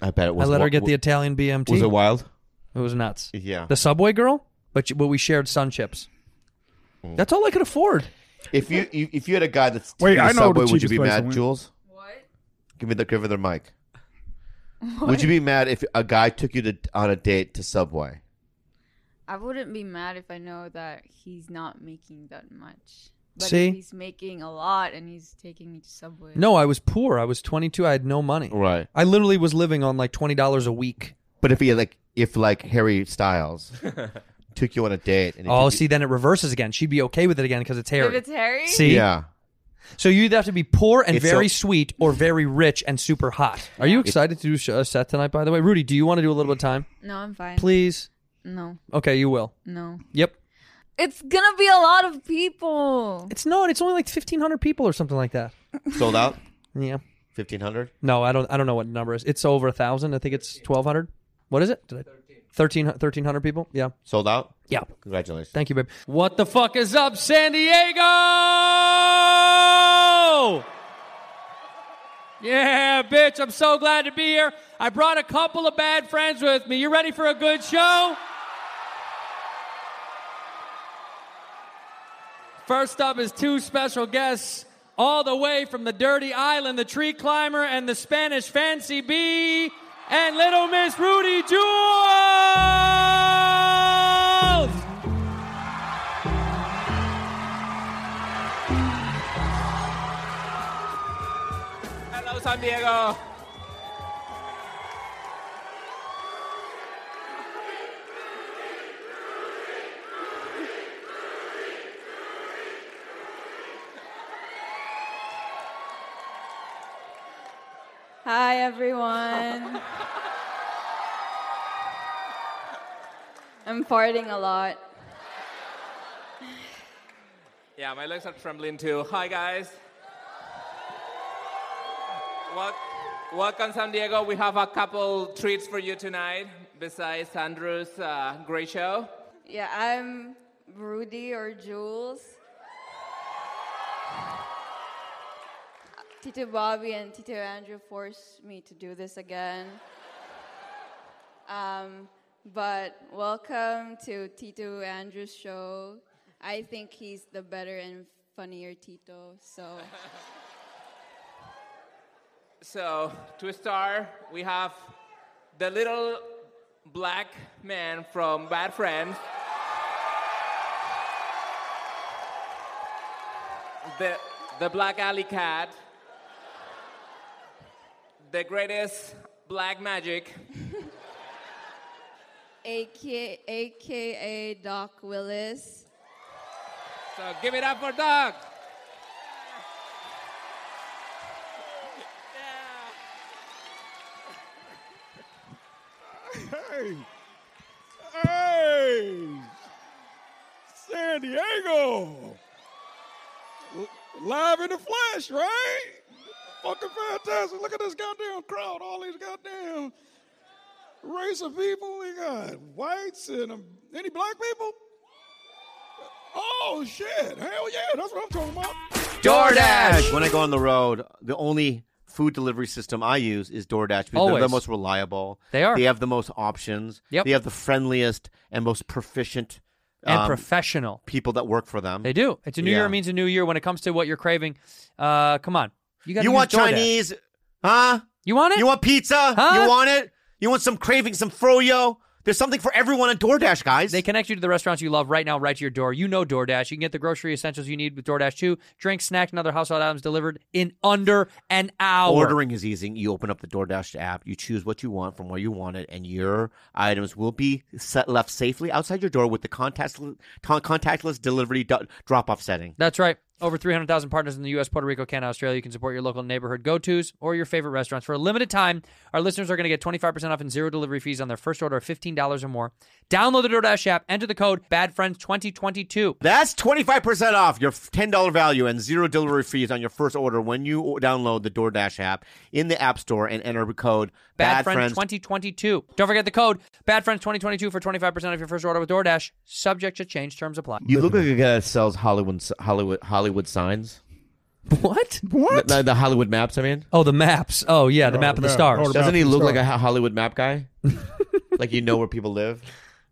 I bet it was. I let her wi- get the Italian BMT. Was it wild? It was nuts. Yeah. The Subway girl, but you- but we shared sun chips. Mm. That's all I could afford. If you, you if you had a guy that's Wait, in I know the Subway, would you cheapest be place I mad, went. Jules? what? Give me the give her the mic. Would you be mad if a guy took you to on a date to Subway? I wouldn't be mad if I know that he's not making that much. But See? if he's making a lot and he's taking me to Subway. No, I was poor. I was 22. I had no money. Right. I literally was living on like twenty dollars a week. But if he had, like if like Harry Styles took you on a date and he Oh, took see, then it reverses again. She'd be okay with it again because it's If Harry. it's Harry, you, see, yeah, so you either have to be poor and It's very a- sweet, or very rich and super hot. Are you excited to do sh- a set tonight? By the way, Rudy, do you want to do a little bit of time, no, I'm fine. please? No, Okay, you will. no. Yep. It's gonna be a lot of people. It's not. It's only like fifteen hundred people or something like that. sold out Yeah. fifteen hundred. No, I don't. I don't know what number it is. It's over a thousand. I think it's twelve hundred. What is it? Did I, 13, 1,300 people. Yeah. Sold out. Yeah. Congratulations. Thank you, babe. What the fuck is up, San Diego? Yeah, bitch, I'm so glad to be here. I brought a couple of bad friends with me. You ready for a good show? First up is two special guests, all the way from the Dirty Island, the Tree Climber and the Spanish Fancy Bee, and Little Miss Rudy Jules! Hello, San Diego. Hi, everyone. I'm farting a lot. Yeah, my legs are trembling too. Hi, guys. Wel- Welcome, San Diego. We have a couple treats for you tonight, besides Andrew's uh, great show. Yeah, I'm Rudy or Jules. Tito Bobby and Tito Andrew forced me to do this again. Um, but welcome to Tito Andrew's show. I think he's the better and funnier Tito, so So, to start, we have the little black man from Bad Friends. The, the Black Alley Cat. The greatest black magic. AKA, AKA Doc Willis. So, give it up for Doc. Hey! Hey! San Diego! L- live in the flesh, right? Fucking fantastic. Look at this goddamn crowd. All these goddamn race of people. We got whites and um, any black people? Oh, shit. Hell yeah. That's what I'm talking about. DoorDash. When I go on the road, the only food delivery system I use is DoorDash because they're the Always. most reliable. They are. They have the most options. Yep. They have the friendliest and most proficient And um, professional. people that work for them. They do. It's a new Yeah. year means a new year when it comes to what you're craving. Uh, come on. You, gotta You use want DoorDash. Chinese? Huh? You want it? You want pizza? Huh? You want it? You want some craving, some froyo? There's something for everyone on DoorDash, guys. They connect you to the restaurants you love right now, right to your door. You know DoorDash. You can get the grocery essentials you need with DoorDash too. Drinks, snacks, and other household items delivered in under an hour. Ordering is easy. You open up the DoorDash app, you choose what you want from where you want it, and your items will be set, left safely outside your door with the contactless, contactless delivery do- drop off setting. That's right. Over 300,000 partners in the U.S., Puerto Rico, Canada, Australia. You can support your local neighborhood go tos or your favorite restaurants. For a limited time, our listeners are going to get 25% off and zero delivery fees on their first order of $15 or more. Download the DoorDash app, enter the code BADFRIENDS2022. That's 25% off your $10 value and zero delivery fees on your first order when you o- download the DoorDash app in the App Store and enter the code BADFRIENDS. BADFRIENDS2022. Don't forget the code BADFRIENDS2022 for 25% off your first order with DoorDash. Subject to change, terms apply. you look like a guy that sells Hollywood, Hollywood, Hollywood signs. What? What? The, the Hollywood maps, I mean. Oh, the maps. Oh, yeah, the map of the map. stars. Oh, the- Doesn't he Maps, look so- like a Ho- Hollywood map guy? like you know where people live?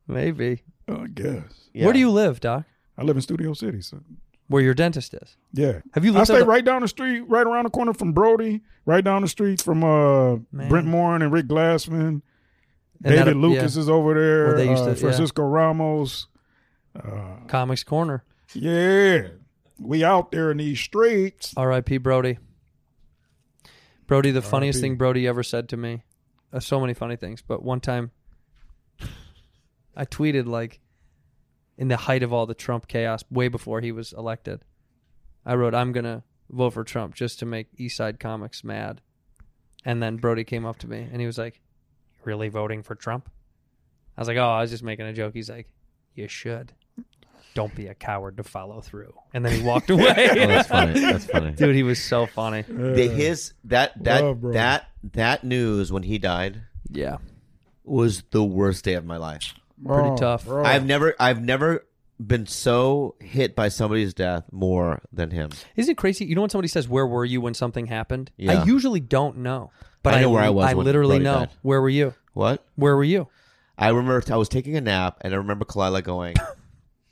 Maybe. I guess. Yeah. Where do you live, Doc? I live in Studio City, so Where your dentist is. Yeah. Have you I looked stay up the- right down the street, right around the corner from Brody, right down the street from uh, Brent Morin and Rick Glassman. David that- Lucas yeah. is over there. Well, they used uh, to- yeah. Francisco Ramos. Comics Corner. Yeah. We out there in these streets. R.I.P. Brody. Brody, the funniest thing Brody ever said to me. Uh, so many funny things, but one time I tweeted like in the height of all the Trump chaos, way before he was elected. I wrote, "I'm gonna vote for Trump just to make Eastside Comics mad," and then Brody came up to me and he was like, "Really voting for Trump?" I was like, "Oh, I was just making a joke." He's like, "You should." Don't be a coward to follow through. And then he walked away. funny. Oh, That's funny. Dude, he was so funny. The- his that that Love, bro. that that news when he died Yeah. was the worst day of my life. Bro, tough. bro. I've never I've never been so hit by somebody's death more than him. Isn't it crazy? You know when somebody says, "Where were you when something happened?" Yeah. I usually don't know, but I know where I was I when literally Brody know. died. Where were you? What? Where were you? I remember I was taking a nap and I remember Kalila going,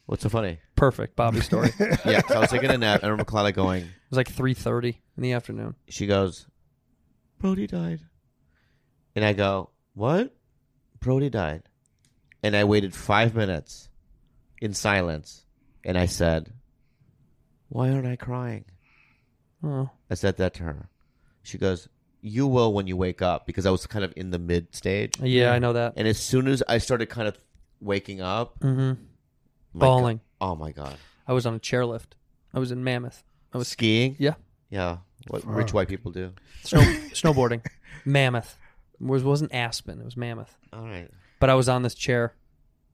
"What's so funny?" Perfect, Bobby story. it Yeah, 'cause I was taking a nap. and I remember Kalila going. was like three thirty in the afternoon. She goes, "Brody died," and I go, "What? Brody died?" And I waited five minutes in silence, and I said, "Why aren't I crying?" Oh, I said that to her. She goes, "You will when you wake up," because I was kind of in the mid stage. yeah, I know that. And as soon as I started kind of waking up, Mm-hmm. my Bawling. go- oh my god, I was on a chairlift. I was in Mammoth. I was skiing. yeah, yeah. What rich white people do. snow, snowboarding. Mammoth. It was wasn't Aspen. It was Mammoth. All right. But I was on this chair,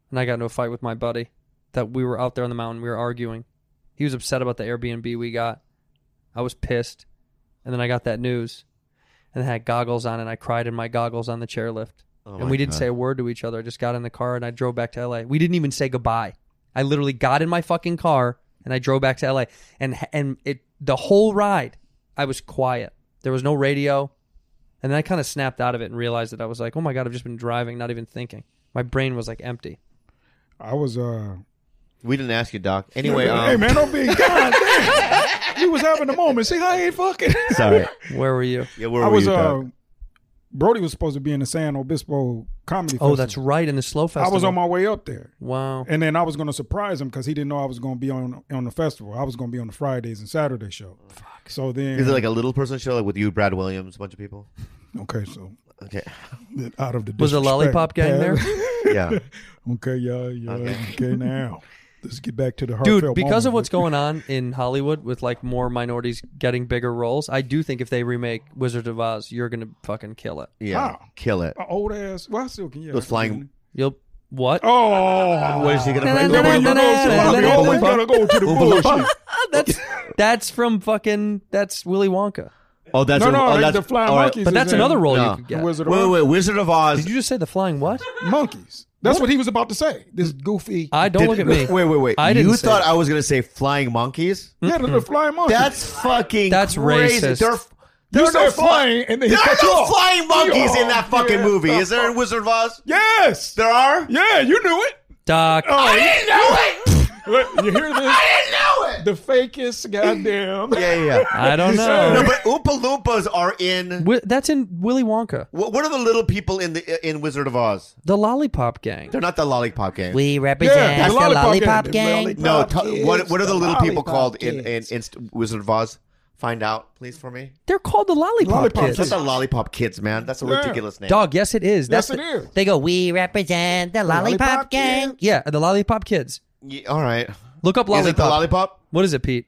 and I got into a fight with my buddy that we were out there on the mountain. We were arguing. He was upset about the Airbnb we got. I was pissed. And then I got that news and I had goggles on and I cried in my goggles on the chairlift. Oh and my we didn't God. say a word to each other. I just got in the car and I drove back to LA. We didn't even say goodbye. I literally got in my fucking car and I drove back to LA and and it the whole ride I was quiet. There was no radio. And then I kind of snapped out of it and realized that I was like, "Oh my god, I've just been driving, not even thinking." My brain was like empty. I was uh We didn't ask you, Doc. Anyway, um, Hey man, don't be God damn. You was having a moment. See, I ain't fucking sorry. Where were you? Yeah, where I were was you, Doc? uh Brody was supposed to be in the San Obispo comedy Oh, Festival. that's right, in the slow festival. I was on my way up there. Wow. And then I was going to surprise him because he didn't know I was going to be on on the festival. I was going to be on the Fridays and Saturday show. Fuck. So then, Is it like a little person show like with you, Brad Williams, a bunch of people? okay, so Okay. out of the Was the disrespect, lollipop gang there? Yeah. okay, yeah, yeah, okay. Now let's get back to the heartfelt Dude, because of moment. what's going on in Hollywood with like more minorities getting bigger roles, I do think if they remake Wizard of Oz, you're gonna fucking kill it. Yeah. Wow. Kill it. An old ass. Well, I still can. Yeah, Those flying. You'll what? Oh, What is he going to play? Well, we gonna go to Bobby, oh, we gotta go to the bullshit. Ah, that's that's from fucking that's Willy Wonka. Oh, that's No, a- no, oh, the- that's, the flying all right. monkeys. But that's in another role No. you could get. Wizard of Wait, wait, Oz. wait, Wizard of Oz. Did you just say the flying what? monkeys. That's what? he was about to say. This goofy. Mm-hmm. I don't look at me. Wait, wait, wait. I didn't you say thought that. I was going to say flying monkeys? yeah, the, the Mm-hmm. flying monkeys. That's fucking That's crazy. racist. They're, you there are said no flying, and then he there are cut you no off. flying monkeys in that Yeah, fucking movie. the Is there in fuck- Wizard of Oz? Yes. There are? Yeah, you knew it. Oh, Doc, I didn't know it! you hear this? I didn't know the fakest goddamn. Yeah, yeah, yeah. I don't know. No, but Oompa Loompas are in. Wi- that's in Willy Wonka, What, what are the little people in the in Wizard of Oz? the Lollipop Gang. They're not the lollipop gang. We Yeah, the lollipop, gang. no, Lollipop t- what kids, what are the little people lollipop called in, in, kids. in St- Wizard of Oz? Find out, please, for me. They're called the Lollipop, Lollipop Kids. That's not lollipop kids, man. That's a Yeah. ridiculous name. Dog, yes, it is. That's Yes, the- it is. They go, we represent the Lollipop, Lollipop Gang. Kids. Yeah, the Lollipop Kids. Ye- all right. Look up lollipop. Is it the lollipop? What is it, Pete?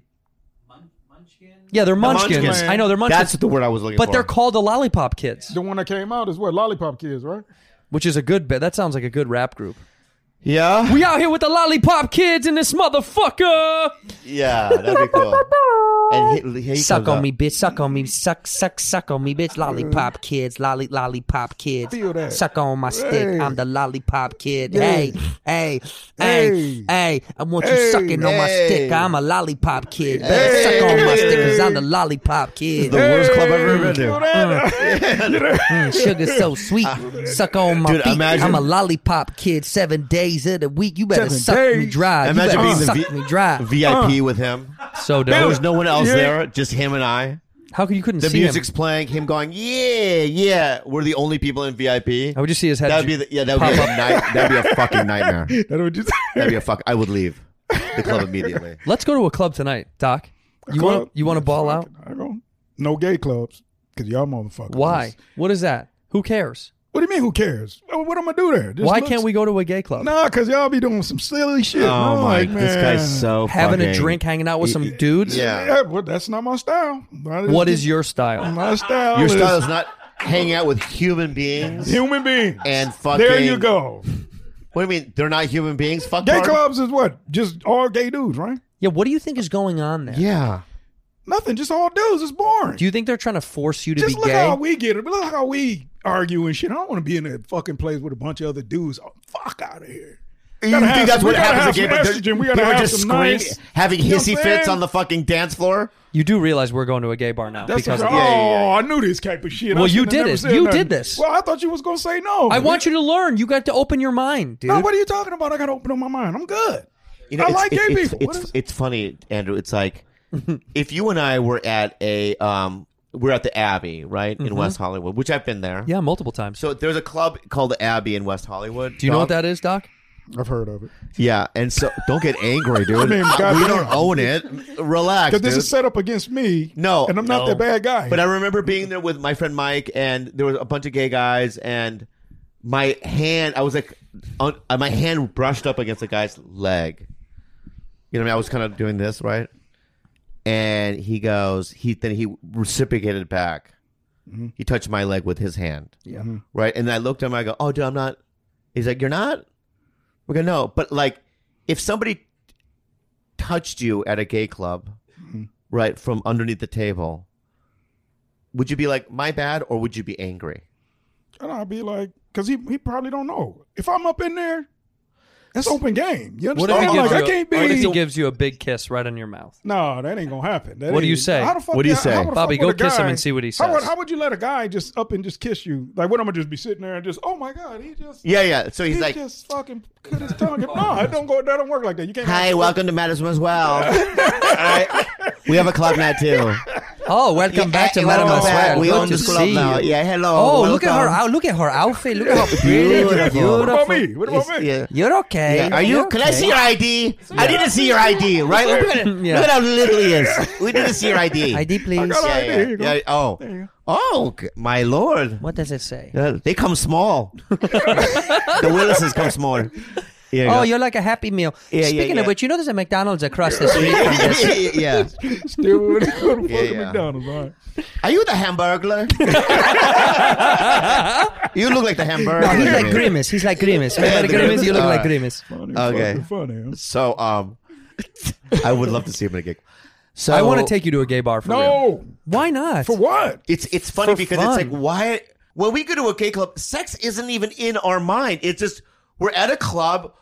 Yeah, they're munchkins. munchkins. I know they're munchkins. That's the word I was looking for. but they're called the Lollipop Kids, The one that came out is what Lollipop Kids, right? which is a good bit. That sounds like a good rap group. Yeah? We out here with the Lollipop Kids and this motherfucker. yeah, that'd be cool. and he, he comes Suck on up. me, bitch. Suck on me. Suck, suck, suck on me, bitch. Lollipop kids. Lolly, lollipop kids. Mm. Feel that. Suck on my stick. Hey. I'm the lollipop kid. Yeah. Hey, hey, hey, Hey. hey. I want you Hey. sucking on my stick. Hey. I'm a lollipop kid. Better Hey. suck on my stick because I'm the lollipop kid. The worst club I've ever been to. Feel that? Mm, sugar's so sweet. Suck on my Dude, feet. imagine- I'm a lollipop kid. Seven days of the week. You better Seven suck me days. dry. Imagine you being better the suck V- me dry. VIP with him. so There dope. was no one else Yeah. there, just him and I. How could you couldn't The see music's him? playing, him going, yeah, yeah. We're the only people in VIP. I would just see his head. That would be the, yeah. That would be a night. That'd be a fucking nightmare. That what you said. That'd be a fuck. I would leave the club immediately. Let's go to a club tonight, Doc. You Club? want you want to ball out? I go. No gay clubs because y'all motherfuckers. Why? What is that? Who cares? What do you mean? Who cares? Oh, What am I do there? Just Why looks- can't we go to a gay club? Nah, because y'all be doing some silly shit. And Oh I'm my! like, This guy's man, so Having a fucking- drink, hanging out with some dudes. Yeah. Yeah, but that's not my style. That What is your style? my style? Your is style is not hanging out with human beings human beings. and fucking. there you go. What do you mean? They're not human beings. Fuck Gay party? clubs is what? Just all gay dudes, right? Yeah. What do you think is going on there? Yeah. Nothing, just all dudes. It's boring. Do you think they're trying to force you to just be look gay? how we get it. Look how we argue and shit. I don't want to be in that fucking place with a bunch of other dudes. Oh, fuck out of here. You Gotta think have that's some- what we gotta happens have again? some estrogen. We gotta people are have just some screaming, nice- having You know what hissy I'm fits saying? on the fucking dance floor. you do realize we're going to a gay bar now That's because what- of oh, that. yeah, I knew this type of shit. I Well, you shouldn't have did never it. said You nothing. did this. Well, I thought you was gonna say no. I want you to learn. You got to open your mind, dude. No, what are you talking about? I gotta open up my mind. I'm good. You I it's- like gay it- it's, people. It's, What it's, is- funny, Andrew. It's like if you and I were at a um, we're at the Abbey, right, Mm-hmm. in West Hollywood, which I've been there. yeah, multiple times. So there's a club called the Abbey in West Hollywood. do you know what dog. that is, Doc? I've heard of it. Yeah, and so don't get angry, dude. mean, we goddamn. don't own it. Relax, Because this dude. is set up against me. no, And I'm not no. that bad guy. But I remember being there with my friend Mike, and there was a bunch of gay guys, and my hand, I was like, on, uh, my hand brushed up against the guy's leg. You know, what I mean, I was kind of doing this right, and he goes, he then he reciprocated back. He touched my leg with his hand. Yeah. Right, and I looked at him. I go, "Oh, dude, I'm not." He's like, "You're not." We're gonna know. But like, if somebody touched you at a gay club, right from underneath the table, would you be like, "My bad," or would you be angry? And I'll be like, because he, he probably don't know. If I'm up in there, that's open game. You What understand? if he gives like, you? Oh I can't a- What if he be. gives you a big kiss right on your mouth? No, that ain't gonna happen. That What do you ain't- say? How the fuck What do you that- say? how the fuck Bobby, would go a kiss him guy- and see what he How would, says. how would you let a guy just up and just kiss you? Like, what? I'm gonna just be sitting there and just, oh my god, he just, Yeah, yeah. So he's he like, just fucking cut his tongue. no, it don't go. That don't work like that. You can't. "Hi, welcome to Madison as well. We have a club night too. Oh, welcome back to welcome Madam back. Aswell. We Good own to this club see now. you. Yeah, hello, Oh, look at her. welcome. out- Look at her outfit. Look at how pretty. Beautiful. What about me? What about me? You're okay. Yeah, Are you? You're Can I okay. see your ID? I need to see your ID, right? Look at, Yeah. look at how little he is. We need to see your ID. ID, please. I got Yeah, ID. yeah, Here you go. yeah. Oh, oh, g- my lord. What does it say? Yeah, they come small. the Willisons come small. Here you oh, go. you're like a happy meal. Yeah, yeah, Speaking of yeah. which, you know there's a McDonald's across the street. from this. yeah. Still wouldn't go to Yeah, fucking yeah. McDonald's. All right. Are you the hamburglar? you look like the hamburglar. No, he's like man. grimace. He's like grimace. Remember Yeah, grimace? You look like Alright. grimace. Okay. Funny, huh? So, um, I would love to see him in a gig. So I want to take you to a gay bar for real. No, Why not? for what? It's it's funny For because fun. it's like why when we go to a gay club, sex isn't even in our mind. It's just we're at a club.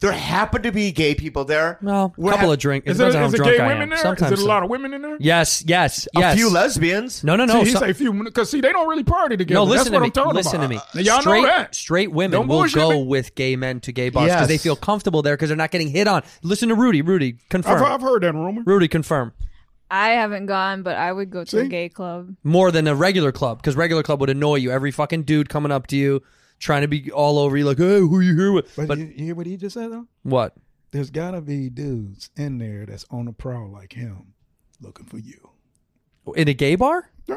There happen to be gay people there. No, a We're couple hav- of drink. It Is there, depends on how is drunk there gay I women am. there? Sometimes is there a lot of women in there? Yes, yes, a yes. few lesbians. No, no, See, no. he so- say few because see they don't really party together. no, listen That's what I'm to me. talking Listen about. to me. Now, y'all straight, know that. straight women Don't will bullshit go me. with gay men to gay bars because they Yes. feel comfortable there because they're not getting hit on. Listen to Rudy. Rudy, confirm. I've, I've heard that rumor. Rudy, confirm. I haven't gone, but I would go to a See? gay club. More than a regular club because regular club would annoy you. Every fucking dude coming up to you, trying to be all over you, like, hey, who you here with? But, you, hear what he just said though? what? There's gotta be dudes in there that's on the prowl like him, looking for you. In a gay bar? Yeah.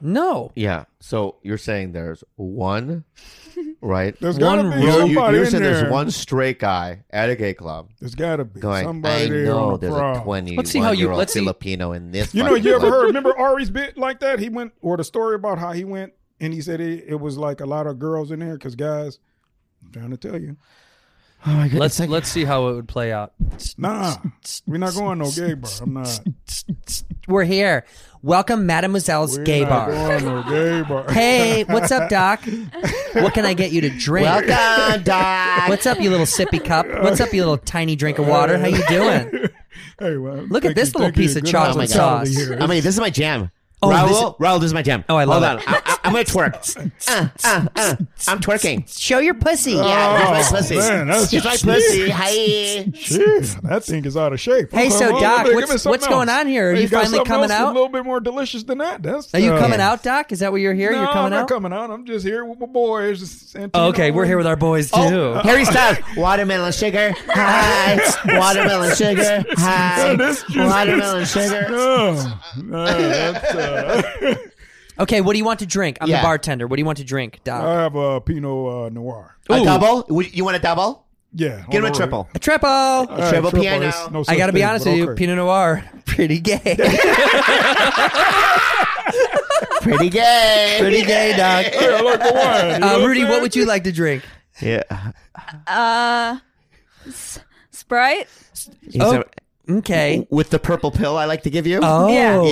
No. Yeah. So you're saying there's one, right? There's One gotta row- be You're, somebody you- you're in saying there. there's one straight guy at a gay club There's gotta be going. somebody I there on know the there's prowl. a 21 Let's see how you- year old let's see- Filipino in this. You know, fucking you ever club. heard? Remember Ari's bit like that? He went, or the story about how he went, and he said it, it was like a lot of girls in there because guys. I'm trying to tell you, Oh my God, Let's it's like- let's see how it would play out. nah, we're not going no gay bar. I'm not. We're here. Welcome, Mademoiselle's We're gay not bar. Going no gay bar. Hey, what's up, Doc? What can I get you to drink? welcome, Doc. What's up, you little sippy cup? What's up, you little tiny drink of water? How you doing? Hey, well, Look at thank this you, little thank you. piece of Good chocolate hospitality sauce. here. Oh I mean, this is my jam. Oh, Raul, this- Raul, this is my jam. Oh, I love Hold on. I, I, am gonna twerk. Uh, uh, uh. I'm twerking. Show your pussy. Yeah, that's Oh, my pussy. man, that's- It's my pussy. Hi. Jeez, that thing is out of shape. Hey, Okay, so, well, Doc, give me what's- something what's going else. on here? Are Hey, you got finally something coming else out? A little bit more delicious than that. That's Are you uh, coming out, Doc? Is that where you're here? No, you're coming I'm not out? coming out. I'm just here with my boys. Oh, okay, we're here with our boys too. Harry Styles, watermelon sugar. Hi. Watermelon sugar. Hi. This just- Watermelon sugar. No, no, that's, uh, Okay, what do you want to drink? I'm Yeah. the bartender. What do you want to drink, Doc? I have a Pinot uh, Noir. A double? Would- You want a double? Yeah, Give him a hold on. triple. a triple. All right, Triple piano. it's no I such got to be thing, honest uh, but with you, okay. Pinot Noir, pretty gay. Uh, Pretty gay. pretty gay, Doc. Yeah, I like the wine. you know Uh, I'm Rudy, saying? what would you like to drink? Yeah. Uh, s- Sprite. Oh, okay. With the purple pill I like to give you. Oh, Yeah.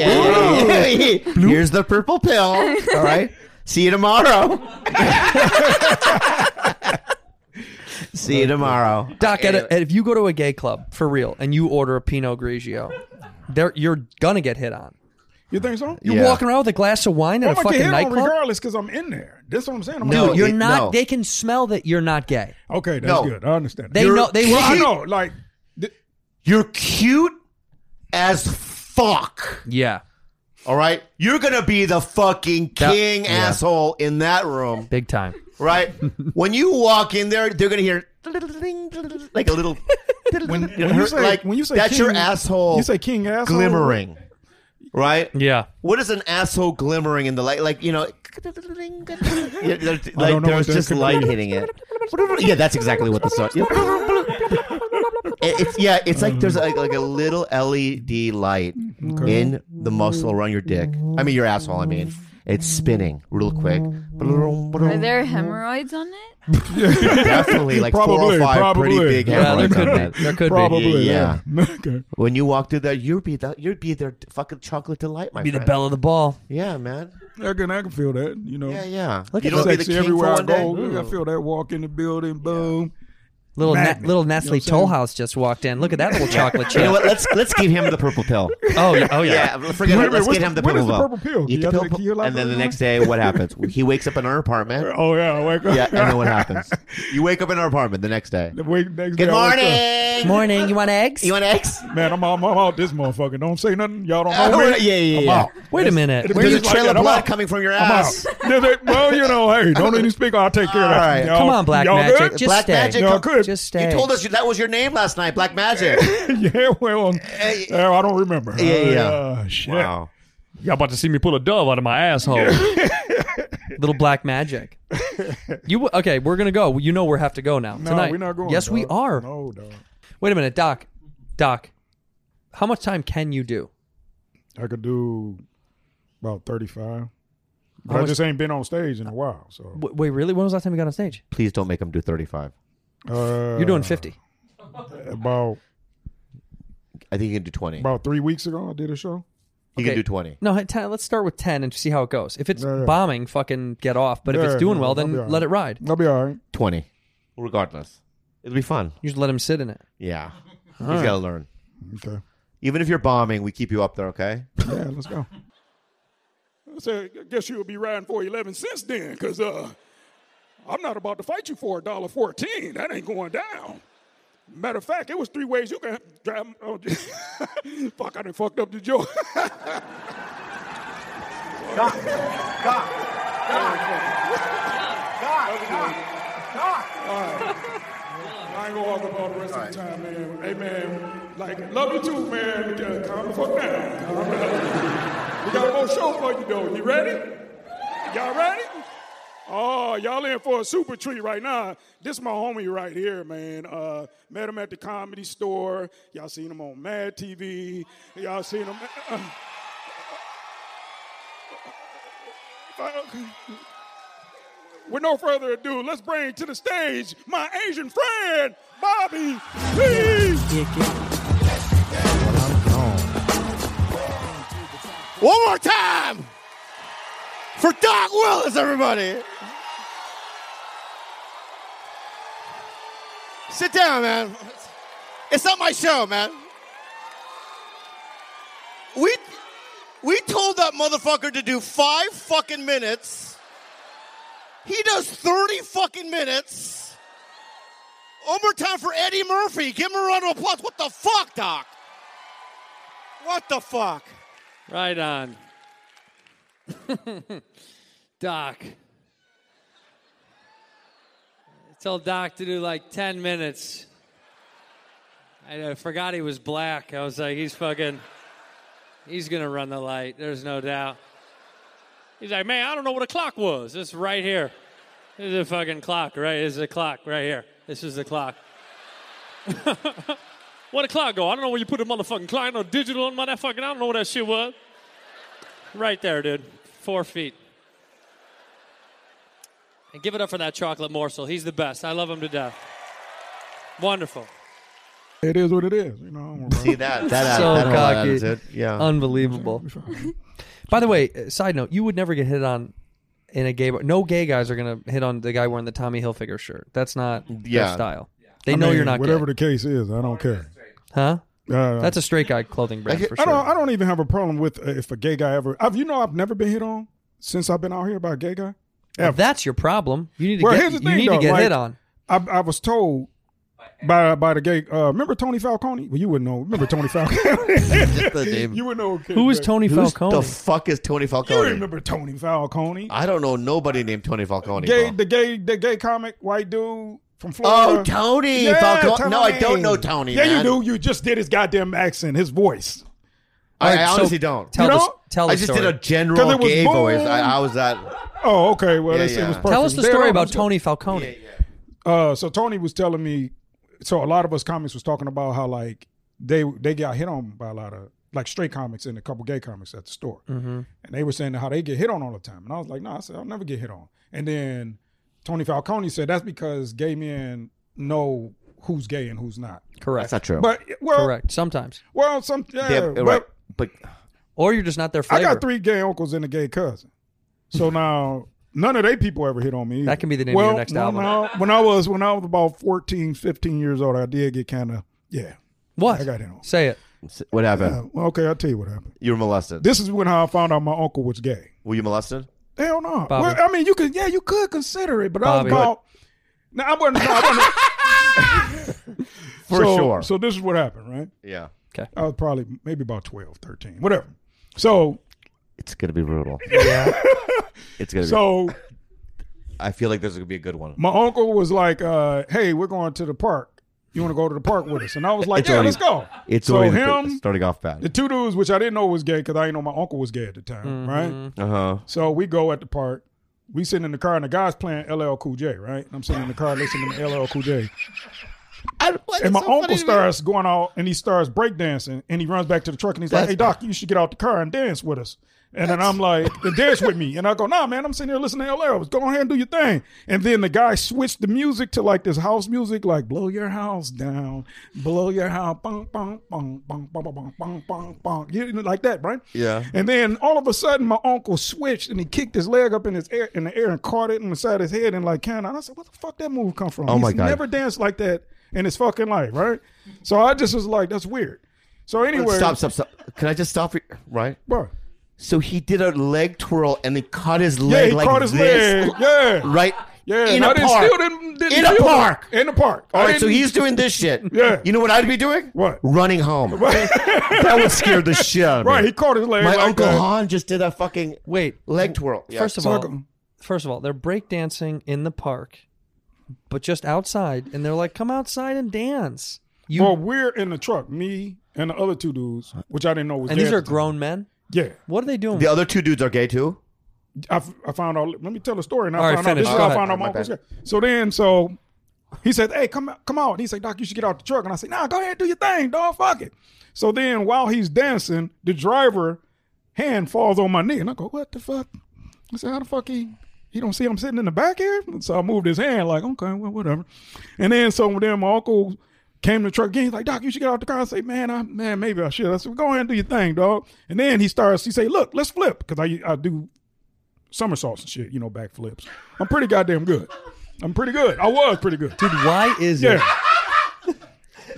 Yeah. Here's the purple pill. All right. See you tomorrow. See you tomorrow. Doc, at a, if you go to a gay club for real and you order a Pinot Grigio, there you're gonna get hit on. You think so? You're Yeah. walking around with a glass of wine at I'm a gonna get fucking hit on nightclub. regardless because I'm in there. That's what I'm saying. I'm No, like, You're it- not. no. They can smell that you're not gay. okay, that's No. good. I understand. They You're- know. They Well, I will. know. Like, th- You're cute as fuck. Yeah, All right. You're going to be the fucking That- king yeah. asshole in that room. big time. Right. when you walk in there, they're going to hear like a little. when, when you say like, when you say that's king, your asshole You say king asshole. glimmering. Right? Yeah, What is an asshole glimmering in the light? Like you know, Yeah, there- know like what there's that just could light be. hitting it. Yeah, that's exactly what the song. Yeah. It- It's yeah, it's like there's like, like a E little LED light in the muscle around your dick. I mean your asshole. I mean, It's spinning real quick. Are there hemorrhoids on it? Definitely, like Probably, 405 pretty probably. big Yeah, there hemorrhoids could on be. that. There could be. Probably, yeah. yeah. When you walk through there, you'd be the, you'd be their fucking chocolate delight, my Be the friend. belle of the ball. Yeah, man. I can, I can feel that, you know. Yeah, yeah. Look Look you at know, that. sexy Be the king everywhere I for go. one day. Look, I feel that walk in the building, boom. Little Na- Magnet. little You know Nestle what I'm saying? Toll House just walked in. Look at that little chocolate chip. You know what? Let's let's give him the purple pill. Oh, yeah. Oh, yeah yeah. forget Wait, it. wait, Let's what's get the- him the what is purple the pill. purple pill? Can Eat the you have pill, the- can you and then the next day, what happens? He wakes up in our apartment. Oh yeah, I wake up. Yeah, and then what happens? You wake up in our apartment the next day. Wait, next Good day I wake up. morning. Morning. You want eggs? You want eggs? Man, I'm, I'm, I'm out this motherfucker. Don't say nothing. Y'all don't know Yeah, me. yeah, yeah, I'm yeah. out. Wait a minute. It- it- Where's it's the like trail that. of I'm blood out. coming from your I'm ass? out. Yeah, they- well, you know, hey, don't even speak. I'll take care of that. right. Y'all- Come on, Black y'all Magic. Good? Just Black stay. Magic, Y'all come- good? just You told us you- that was your name last night, Black Magic. yeah, well, um, yeah, I don't remember. Yeah, yeah, yeah. Uh, shit. Wow. Y'all about to see me pull a dove out of my asshole. Little black magic. You okay? We're gonna go. You know we have to go now No, tonight. we're not going. Yes, we dog. are. No, dog. Wait a minute, Doc. Doc, how much time can you do? I could do about 35. But How I much- just ain't been on stage in a while. So W- wait, really? When was the last time you got on stage? Please don't make him do thirty-five. uh, You're doing fifty. About I think you can do twenty. about three weeks ago, I did a show. You can do twenty. No, hey, ten, let's start with ten and see how it goes. If it's Yeah, yeah. bombing, fucking get off. But if it's Yeah, doing yeah, well, I'll then be all right. let it ride. I'll be all right. Twenty, regardless. It'll be fun. You just let him sit in it. Yeah, All you right. gotta learn. Okay. Even if you're bombing, we keep you up there. Okay. Yeah, let's go. I said, I guess you'll be riding for 11 cents then, because uh, I'm not about to fight you for $1.14. That ain't going down. Matter of fact, it was three ways you can drive. Oh, fuck, I done fucked up the joke. Doc, Doc, I ain't gonna walk up all the rest of the time, man. Hey, man, like, love you too, man. but, uh, Calm the fuck down. Calm down. We got more show for you, though. You ready? Y'all ready? Oh, y'all in for a super treat right now. This my homie right here, man. Uh, met him at the comedy store. Y'all seen him on Mad TV. Y'all seen him. uh, uh, With no further ado, let's bring to the stage my Asian friend, Bobby P. One more time for Doc Willis, everybody. Sit down, man. It's not my show, man. We we told that motherfucker to do five fucking minutes. He does 30 fucking minutes. One more time for Eddie Murphy. Give him a round of applause. What the fuck, Doc? What the fuck? Right on. Doc. Tell Doc to do like 10 minutes. I uh, forgot he was black. I was like, he's fucking, he's going to run the light. There's no doubt. He's like, man, I don't know what a clock was. It's right here. This is a fucking clock, right? This is a clock right here. This is the clock. What a clock go? I don't know where you put a motherfucking clock or digital on motherfucking. I don't know what that shit was. Right there, dude. Four feet. And give it up for that chocolate morsel. He's the best. I love him to death. Wonderful. It is what it is, you know. See that? That, so that whole cocky. attitude. Yeah. Unbelievable. By the way, uh, side note, you would never get hit on in a gay bar. No gay guys are going to hit on the guy wearing the Tommy Hilfiger shirt. That's not Yeah. their style. They know you're not Whatever gay. the case is, I don't care. Huh? Uh, That's a straight guy clothing brand for I sure. don't. I don't even have a problem with uh, if a gay guy ever. I've, you know, I've never been hit on since I've been out here by a gay guy. Well, that's your problem. You need to Well, get, here's the you thing, need though, to get like, hit on. I, I was told by by the gay. Uh, remember Tony Falcone? Well, you wouldn't know. Remember Tony Falcone? you wouldn't know. okay, Who is but- Tony Who's Falcone? the fuck is Tony You Falcone? remember Tony Falcone? I don't know nobody named Tony Falcone. Gay, bro. the gay, the gay comic, white dude from Florida. Oh, Tony Falcone. No, I don't know Tony, Yeah, man. you do. You just did his goddamn accent, his voice. I, I Alright, so honestly don't. tell You the- don't? tell the I just story. did a 'Cause general it was gay boom. voice. I, I was that. Oh, okay. Well, Yeah, that's, it yeah. was perfect. Tell us the There, story I'm about just- Tony Falcone. Uh, so Tony was telling me. So a lot of us comics was talking about how like they they got hit on by a lot of like straight comics and a couple gay comics at the store. Mhm. And they were saying how they get hit on all the time. And I was like, no, I said, I'll never get hit on. And then Tony Falcone said that's because gay men know who's gay and who's not. Correct. That's not true. But well, correct. Sometimes. well, some yeah, but right. But or you're just not their I flavor. got three gay uncles and a gay cousin. So now none of they people ever hit on me. That can be the name of well, your next when album. I, when I was when I was about 14, 15 years old, I did get kind of yeah. What? I got hit on. Say it. What happened? Yeah, well, okay, I'll tell you what happened. You were molested. Uh, This is when how I found out my uncle was gay. Were you molested? Hell no. Bobby. Well, I mean, you could yeah, you could consider it, but Bobby. I was about. Now I wasn't. No, I wasn't For So- sure. So this is what happened, right? Yeah. Okay. I was probably maybe about 12, 13, whatever. So It's gonna be brutal. Yeah. it's gonna. so be. I feel like this is gonna be a good one. my uncle was like, uh, "Hey, we're going to the park. You want to go to the park with us?" And I was like, It's "Yeah, already- let's go." It's so already him, starting off bad. the two dudes, which I didn't know was gay because I didn't know my uncle was gay at the time, right? Uh huh. So we go at the park. We sitting in the car, and the guy's playing LL Cool J, right? And I'm sitting in the car listening to LL Cool J. and my uncle starts going out and he starts breakdancing and he runs back to the truck and he's like, That's- Hey Doc, you should get out the car and dance with us. And then I'm like, and dance with me. And I go, nah, man, I'm sitting here listening to LL. Go ahead and do your thing. And then the guy switched the music to like this house music, like blow your house down, blow your house, bong, bong, bong, bong, bong, bong, bong, bong, bong, bong. You know, like that, right? Yeah. And then all of a sudden, my uncle switched and he kicked his leg up in his air in the air and caught it inside his head and like kind of. I said, "What the fuck that move come from?" Oh, He's my God. Never danced like that in his fucking life, right? So I just was like, "That's weird." So anyway, Stop, stop, stop. Can I just stop? you- Right? Bro. So he did a leg twirl and then cut his Yeah, leg he like caught his this. leg. Yeah. Right? Yeah, In and a I didn't, park. still didn't, didn't In a feel park. that. In a park. All I right, so didn't- he's doing this shit. Yeah. You know what I'd be doing? What? Running home. that would scare the shit out of me. Right, he caught his leg. My like Uncle that. Han just did a fucking Wait. leg twirl. Yeah. First of all, first of all, they're breakdancing in the park, but just outside, and they're like, "Come outside and dance." You well, we're in the truck, me and the other two dudes, which I didn't know was. and these there are at the time. grown men. Yeah. What are they doing? the other two dudes are gay too. I, f- I found out. Let me tell the story. And I All right, found finish. out. Go This is how I ahead. found out My my uncle's bad. gay. So then, so he said, "Hey, come out, come out." And he said, "Doc, you should get out the truck." And I said, "Nah, go ahead, do your thing, dog. Fuck it." So then, while he's dancing, the driver hand falls on my knee, and I go, "What the fuck?" I said, "How the fuck he?" He don't see I'm sitting in the back here, And so I moved his hand like, okay, well, whatever. And then so then my uncle came to the truck again. He's like, Doc, you should get out the car. I say, man, I man, maybe I should. I said, well, go ahead and do your thing, dog. And then he starts. He say, look, let's flip because I I do somersaults and shit, you know, backflips. I'm pretty goddamn good. I'm pretty good. I was pretty good. Dude, why is Yeah. it?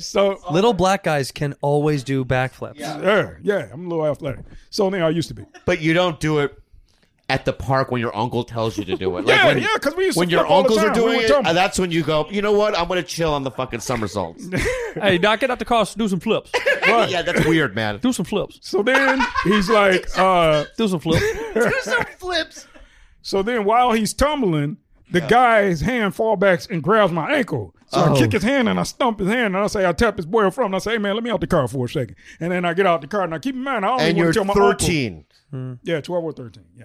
so little black guys can always do backflips. Yeah, yeah. I'm a little athletic. So now I used to be. But you don't do it at the park when your uncle tells you to do it. Yeah, when, yeah, 'cause we used to when your flip all the uncles are time. We doing were it, chumps. uh, that's when you go. You know what? I'm gonna chill on the fucking somersaults. hey, Doc, get out the car, do some flips. yeah, that's weird, man. Do some flips. So then he's like, uh, do some flips. Do some flips. So then while he's tumbling, the guy's hand fall backs and grabs my ankle. So Oh. I kick his hand and I stump his hand and I say, I tap his boy from and I say, hey man, let me out the car for a second. And then I get out the car and I keep in mind, I only And want you're to tell my 13. Uncle. Oh, Yeah, 12 or 13. Yeah.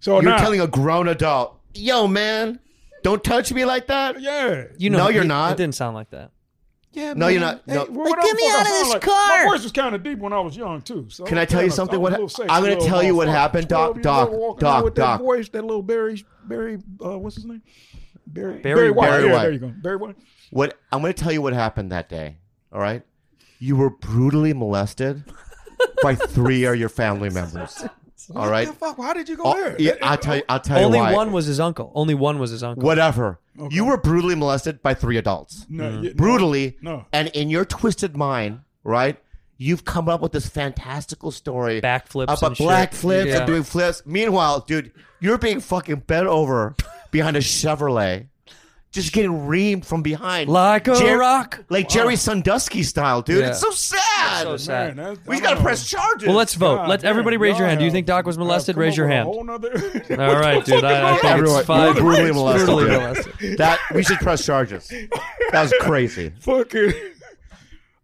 So you're now, telling a grown adult, "Yo, man, don't touch me like that." Yeah. You know, no, you're it- not. It didn't sound like that. Yeah, No, you're not. Hey, No. well, what get the me fuck out I of sound this like? car. My voice was kind of deep when I was young too. So Can I tell you yeah, something? I What was a little sexy, I'm gonna little tell you what motherfucker. happened, Doc, 12 years old, Doc, walking around Doc, with that Doc. voice, that little Barry, Barry, uh, what's his name? Barry, Barry White. Barry yeah, White. there you go. Barry White. What I'm going to tell you what happened that day. All right, you were brutally molested by three of your family members. All right. What the fuck? How did you go Oh, there? yeah, I'll tell you. I'll tell Only you why. one was his uncle. Only one was his uncle. Whatever. You were brutally molested by three adults. No, Mm. yeah, no. brutally. No. And in your twisted mind, right? You've come up with this fantastical story Backflips about and shit. black flips Yeah. and doing flips. Meanwhile, dude, you're being fucking bent over behind a Chevrolet, just getting reamed from behind, Like a rock. like Jerry Sandusky style, dude. Yeah. It's so sad. So sad. Man, that's- we I got to don't press charges. Well, let's vote. God Let damn, everybody raise your hand. Do you y'all think Doc was molested? come Raise your up with a hand. whole nother- All right, dude. I, I think Everyone, it's five you were brutally molested. Brutally dude. molested. That we should press charges. That was crazy. Fucking.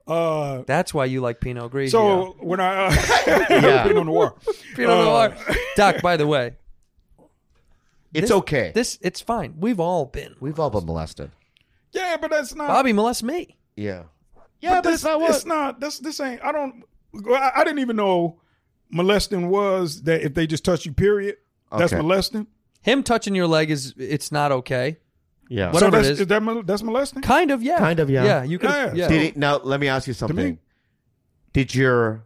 Uh, That's why you like Pinot Grigio. so when I uh, Yeah. Pinot Noir, Pinot Noir. uh, Doc, by the way, It's this- okay. This it's fine. We've all been. We've all been molested. yeah, but that's not Bobby molest me. Yeah. Yeah, but, this, it's not what. It's not. This this ain't. I don't. Well, I, I didn't even know molesting was that if they just touch you, period. That's Okay. molesting. Him touching your leg is it's not okay. Yeah. so Whatever that's, it is. is that mol- that's molesting? Kind of, yeah. Kind of, yeah. Yeah, you could- Yeah. yeah. Did it, now, let me ask you something. Did your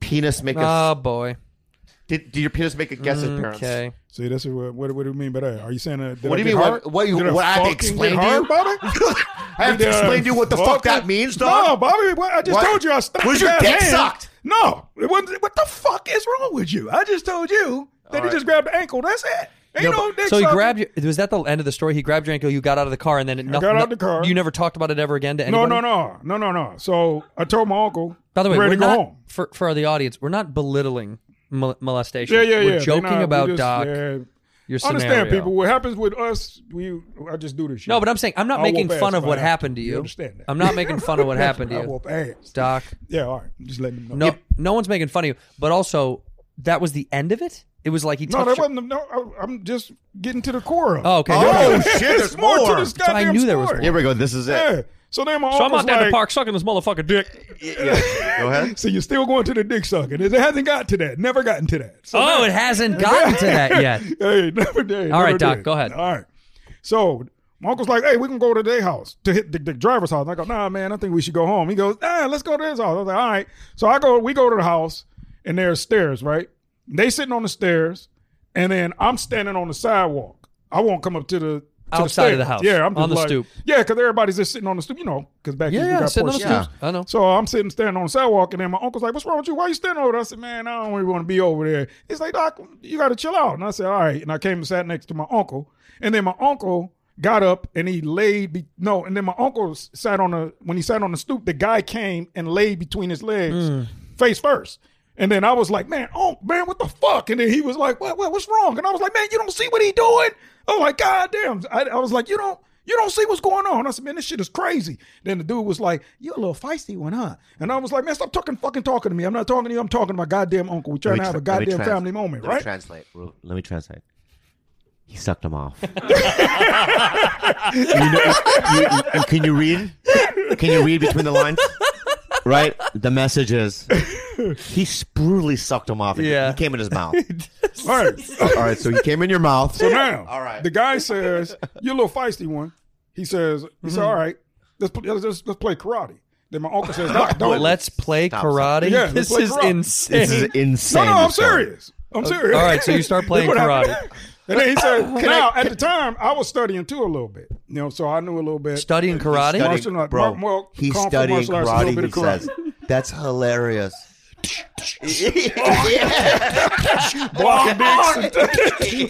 penis make a. Oh, boy. Did, did your penis make a guess appearance? Okay. See, that's what, what. What do you mean by that? Are you saying that? did What I do you get mean, hard? what- what you- Did I what I have to fucking get explain to hard, you? Bobby? I have to Did explain to you what the fuck fucking- that means, dog. No, Bobby. What, I just What? told you I stuck. Was his your ass dick hand. sucked? No. It wasn't, what the fuck is wrong with you? I just told you that he right. just grabbed the ankle. That's it. Ain't No, no but- dick so he sucking. grabbed you. Was that the end of the story? He grabbed your ankle. You got out of the car, and then it, nothing, out of the car. You never talked about it ever again to No, anyone. no, no, no, no, no. So I told my uncle. By the way, I'm ready we're to go not, home. for for the audience, we're not belittling mol- molestation. Yeah, yeah, yeah. We're They joking not- we about just- Doc. yeah. Your I scenario. understand, people. What happens with us? We I just do this shit. No, but I'm saying I'm not I making whoop fun ass of if I what have to. happened to you. understand that? I'm not making fun of what happened to I you. whoop ass. Doc. Yeah, all right. I'm just letting them know. No, no one's making fun of you. But also, that was the end of it. It was like he No, touched. that your- wasn't. No, I, I'm just getting to the core of. it. Oh, okay. Oh, shit, There's there's more more. to this That's why I goddamn knew there was story. more. Here we go. This is it. Yeah. So then my so I'm uncle's out there in like- the park sucking this motherfucker dick. Go ahead. So you're still going to the dick sucking. It hasn't got to that. Never gotten to that. So Oh, now- it hasn't gotten to that yet. hey, never did. All right, never Doc, did. go ahead. All right. So my uncle's like, hey, we can go to their house to hit the, the driver's house. And I go, nah, man, I think we should go home. He goes, ah, let's go to his house. I was like, all right. So I go, we go to the house, and there's stairs, right? They sitting on the stairs, and then I'm standing on the sidewalk. I won't come up to the to Outside of the stairs. house, Yeah, I'm just on the like- stoop. Yeah, because everybody's just sitting on the stoop, you know, because back Yeah, then yeah, we got sitting poor on the stoops. stoop. I know. So I'm sitting standing on the sidewalk, and then my uncle's like, "What's wrong with you? Why you standing over there?" I said, "Man, I don't really want to be over there." He's like, "Doc, you got to chill out." And I said, "All right." And I came and sat next to my uncle, and then my uncle got up and he laid be- no, and then my uncle s- sat on the when he sat on the stoop, the guy came and laid between his legs, Mm. face first. And then I was like, man, oh man, what the fuck? And then he was like, what, what, what's wrong? And I was like, man, you don't see what he doing? Oh my god damn! I, I was like, you don't, you don't see what's going on. I said, man, this shit is crazy. Then the dude was like, you a little feisty one, huh? And I was like, man, stop talking, fucking talking to me. I'm not talking to you. I'm talking to my goddamn uncle. We trying to Let me have a tra- let me goddamn trans- family moment, let me right? translate. Ru- Let me translate. He sucked him off. you know, you- you- can you read? Can you read between the lines? Right. The message is he brutally sucked him off. Yeah. He came in his mouth. All right. All right. So he came in your mouth. So now, All right. the guy says, "You're a little feisty one." He says, "He said, Mm-hmm. all right, let's, pl- let's let's let's play karate." Then my uncle says, "Doc, don't Let's play Stop. karate. Yeah, let's this play is karate. insane. This is No, insane. no, I'm this story. serious. I'm serious. All right, so you start playing What happened? karate. And then he said, now at the time I was studying too a little bit, you know, so I knew a little bit. Studying karate. Studying- Martial art- bro, mar- well, he's kung fu studying martial arts, a karate. little bit He of karate. says that's hilarious. Oh, blocking dicks,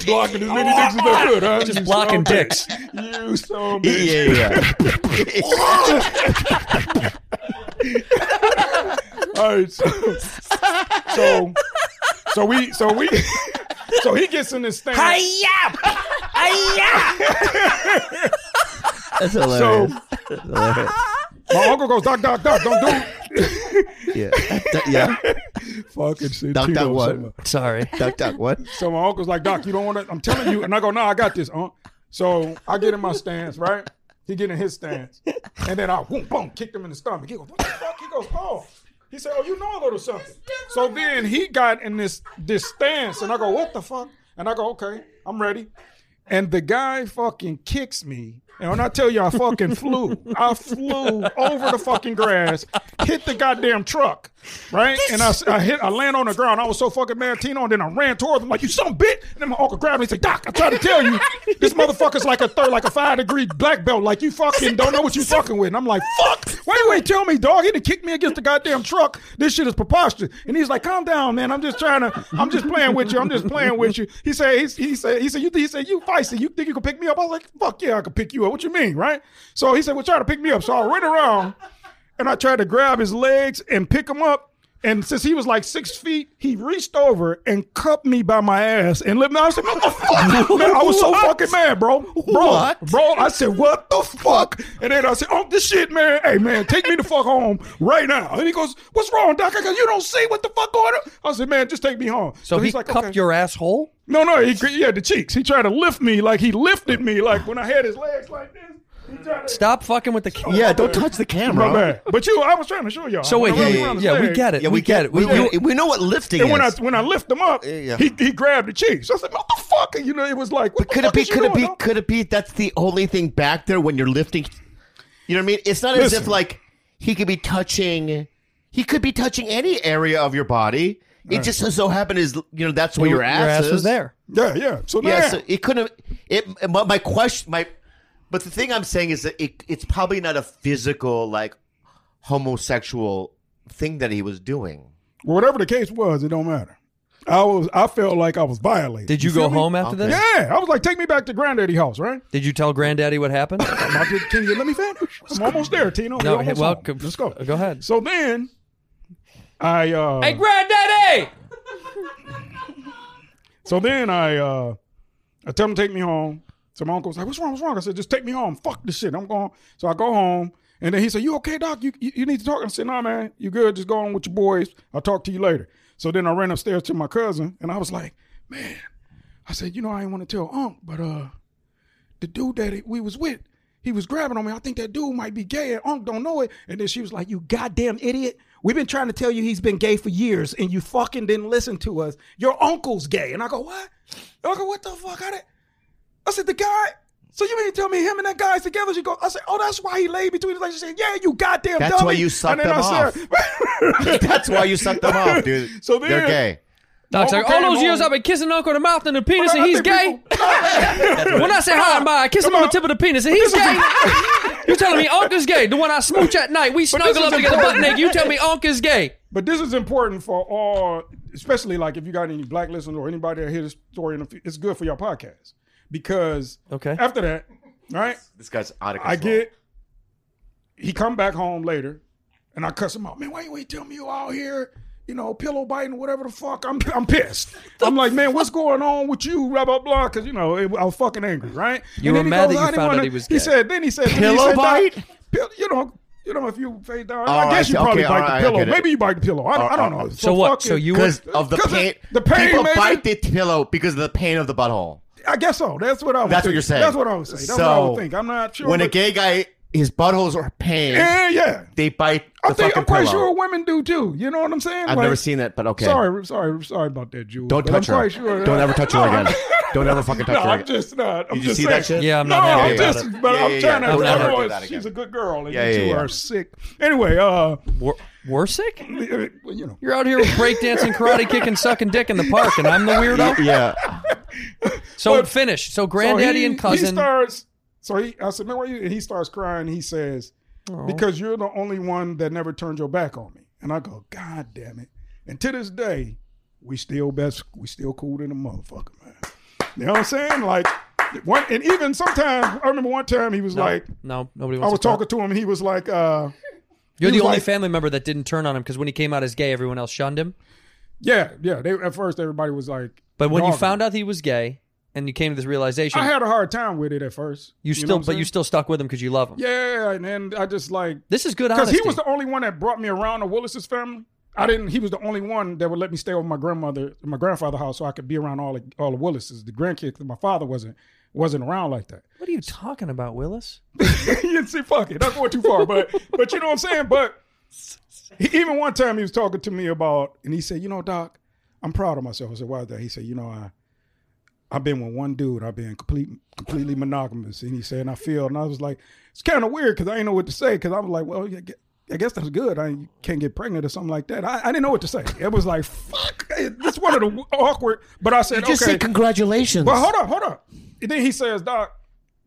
blocking as many dicks as I could. Huh? Just You blocking son of a dicks. bitch. You so Yeah, yeah. All right, so, so, so we, so we, so he gets in this thing. That's So hilarious. my uncle goes, Doc, Doc, Doc, don't do it. yeah. yeah. Fucking shit. Doc, Tito Doc, what? somewhere. Sorry. Duck, duck. What? So my uncle's like, Doc, you don't want to. I'm telling you. And I go, No, I got this, unc. So I get in my stance, right? He get in his stance, and then I boom, boom, kicked him in the stomach. He goes, What the fuck? He goes, Oh. He said, Oh, you know a little something. So then he got in this this stance, and I go, What the fuck? And I go, Okay, I'm ready. And the guy fucking kicks me. And when I tell you I fucking flew, I flew over the fucking grass, hit the goddamn truck, right? And I, I hit, I land on the ground. I was so fucking mad, Tino, and then I ran towards him like, you some bitch. And then my uncle grabbed me and said, Doc, I tried to tell you, this motherfucker's like a third, like a five degree black belt. Like you fucking don't know what you fucking with. And I'm like, fuck, why you ain't tell me, dog? He done kicked me against the goddamn truck. This shit is preposterous. And he's like, calm down, man. I'm just trying to, I'm just playing with you. I'm just playing with you. He said, he, he said, he said, you, he said, you feisty. You think you can pick me up? I was like, fuck yeah, I can pick you up. What you mean, right? So he said, well, try to pick me up. So I ran around and I tried to grab his legs and pick him up. And since he was like six feet, he reached over and cupped me by my ass and let me. I said, "What the fuck?" Man, I was so fucking mad, bro. Bro, What? bro. I said, "What the fuck?" And then I said, "Oh, this shit, man. Hey, man, take me the fuck home right now." And he goes, "What's wrong, Doc?" I go, "You don't see what the fuck going on." I said, "Man, just take me home." So, he cupped "Okay." your asshole. No, no, he, he had the cheeks. He tried to lift me like he lifted me like when I had his legs like this. Stop fucking with the camera. Yeah, don't touch the camera. My bad. But you, I was trying to show y'all. So I wait, mean, yeah, I was yeah, trying to yeah, we say- get it. Yeah, we get it. We- we- we know what lifting and when I is. when I lift him up, yeah. he he grabbed the cheeks. I said, "What the fuck?" And, you know, it was like, what the Could it fuck be? is you Could it doing, be? dog? Could it be? That's the only thing back there when you're lifting. You know what I mean? It's not as if Listen. like he could be touching. He could be touching any area of your body. It Right. just so happened is you know that's where Your- your, your ass ass was is. there. Yeah, yeah. So now, Yeah, so it couldn't. It my, my question, my but the thing I'm saying is that it, it's probably not a physical like homosexual thing that he was doing. whatever the case was, it don't matter. I was I felt like I was violated. Did you go feel me? home after this? Yeah, I was like, "Take me back to Granddaddy house, right?" Did you tell Granddaddy what happened? I'm about to- can you let me finish? I'm almost there, Tino. No, We're almost well, home. go- let's go. go ahead. So then, I uh, Hey, Granddaddy! So then I uh I tell him to take me home. So my uncle's like, What's wrong? What's wrong? I said, just take me home. Fuck this shit. I'm going. So I go home. And then he said, You okay, Doc? You you, you need to talk. I said, Nah, man, you good. Just go on with your boys. I'll talk to you later. So then I ran upstairs to my cousin and I was like, Man, I said, you know, I didn't want to tell Unc, but uh the dude that it- we was with, he was grabbing on me. I think that dude might be gay and Unc don't know it. And then she was like, You goddamn idiot. We've been trying to tell you he's been gay for years and you fucking didn't listen to us. Your uncle's gay. And I go, What? I go, What the fuck? I, did I said, The guy. So you mean to tell me him and that guy's together? She go, I said, oh, that's why he laid between his legs. She said, yeah, you goddamn That's dummy. why you sucked And then them I off. said- That's why you sucked them off, dude. So They're then- gay. Doc's like, Uncle all came those years home. I've been kissing Uncle in the mouth and the penis, But and I- I he's think gay. when I say hi and bye, I kiss him on the tip of the penis, and he's gay. you telling me Uncle's gay? The one I smooch at night, we snuggle is up together, butt important. naked. You tell me Uncle's gay? But this is important for all, especially like if you got any black listeners or anybody that hear this story in the future. It's good for your podcast because Okay. after that, right? This guy's out of control. I get he come back home later, and I cuss him out. Man, why you ain't tell me you out here? You know, pillow biting, whatever the fuck. I'm I'm pissed. I'm like, man, what's going on with you? Blah blah blah. Because you know, it, I was fucking angry, right? You were then he mad that goes, you "I didn't found out wanna-" he was gay. He said. Then he said, then he Pillow said, "Nah, bite?" pill- You know, you know, if you fade down, Oh, I I guess see. you probably Okay, all bite right, I the pillow. get it. Maybe you bite the pillow. I, don't- I don't Oh, know. oh, So what? fucking- So you were because of the 'Cause pain. it- the pain, people man, bite the they- pillow because of the pain of the butthole. I guess so. That's what I. Would That's think. what you're saying. That's what I would say. That's what I would think. I'm not sure. When a but- gay guy, his buttholes are pain. Yeah, yeah. They bite. The I think fucking I'm quite pillow. sure women do too. You know what I'm saying? I've Like- never seen that, but okay. Sorry, sorry, sorry about that, Jules. Don't but touch I'm her. Quite sure Don't ever touch her again. Don't ever fucking touch No, her I'm again. just not. I'm Did you just see saying. that shit? Yeah, I'm not no, happy I'm about just, it. but Yeah, I'm yeah, trying yeah. to. Don't ever otherwise do that she's a again. good girl, and Yeah, you yeah, two yeah. are sick. Anyway, uh, We're, we're sick? well, you know, You're out here breakdancing, karate kicking, sucking dick in the park, and I'm the weirdo. Yeah. So But- finish. So granddaddy so he, and He cousin. starts. So he, I said, man, why you? And he starts crying. He says, Oh. because you're the only one that never turned your back on me. And I go, God damn it. And to this day, we still best, we still cool than a motherfucker, man. You know what I'm saying? Like, one, and even sometimes, I remember one time he was like, no, nobody I wants was to talk. talking to him, and he was like, uh, You're the he was only like- family member that didn't turn on him because when he came out as gay, everyone else shunned him. yeah, yeah. They, at first, everybody was like, But when you dogging. found out he was gay and you came to this realization, I had a hard time with it at first. you know still, what I'm but you saying? still stuck with him because you love him. yeah. And then I just like, This is good because honesty. he was the only one that brought me around the Willis's family. I didn't. He was the only one that would let me stay over my grandmother, my grandfather's house, so I could be around all the, all the Willises, the grandkids. 'cause My father wasn't wasn't around like that. what are you talking about, Willis? you see, fuck it, not going too far, but but you know what I'm saying. But he, even one time he was talking to me about, and he said, you know, Doc, I'm proud of myself. I said, why is that? He said, you know, I I've been with one dude. I've been complete, completely monogamous. And he said, and I feel, and I was like, it's kind of weird because I ain't know what to say because I was like, well, yeah, gu- I guess that's good. I can't get pregnant or something like that. I, I didn't know what to say. It was like, fuck, that's one of the awkward. But I said, okay. congratulations. But hold up, hold up. And then he says, Doc,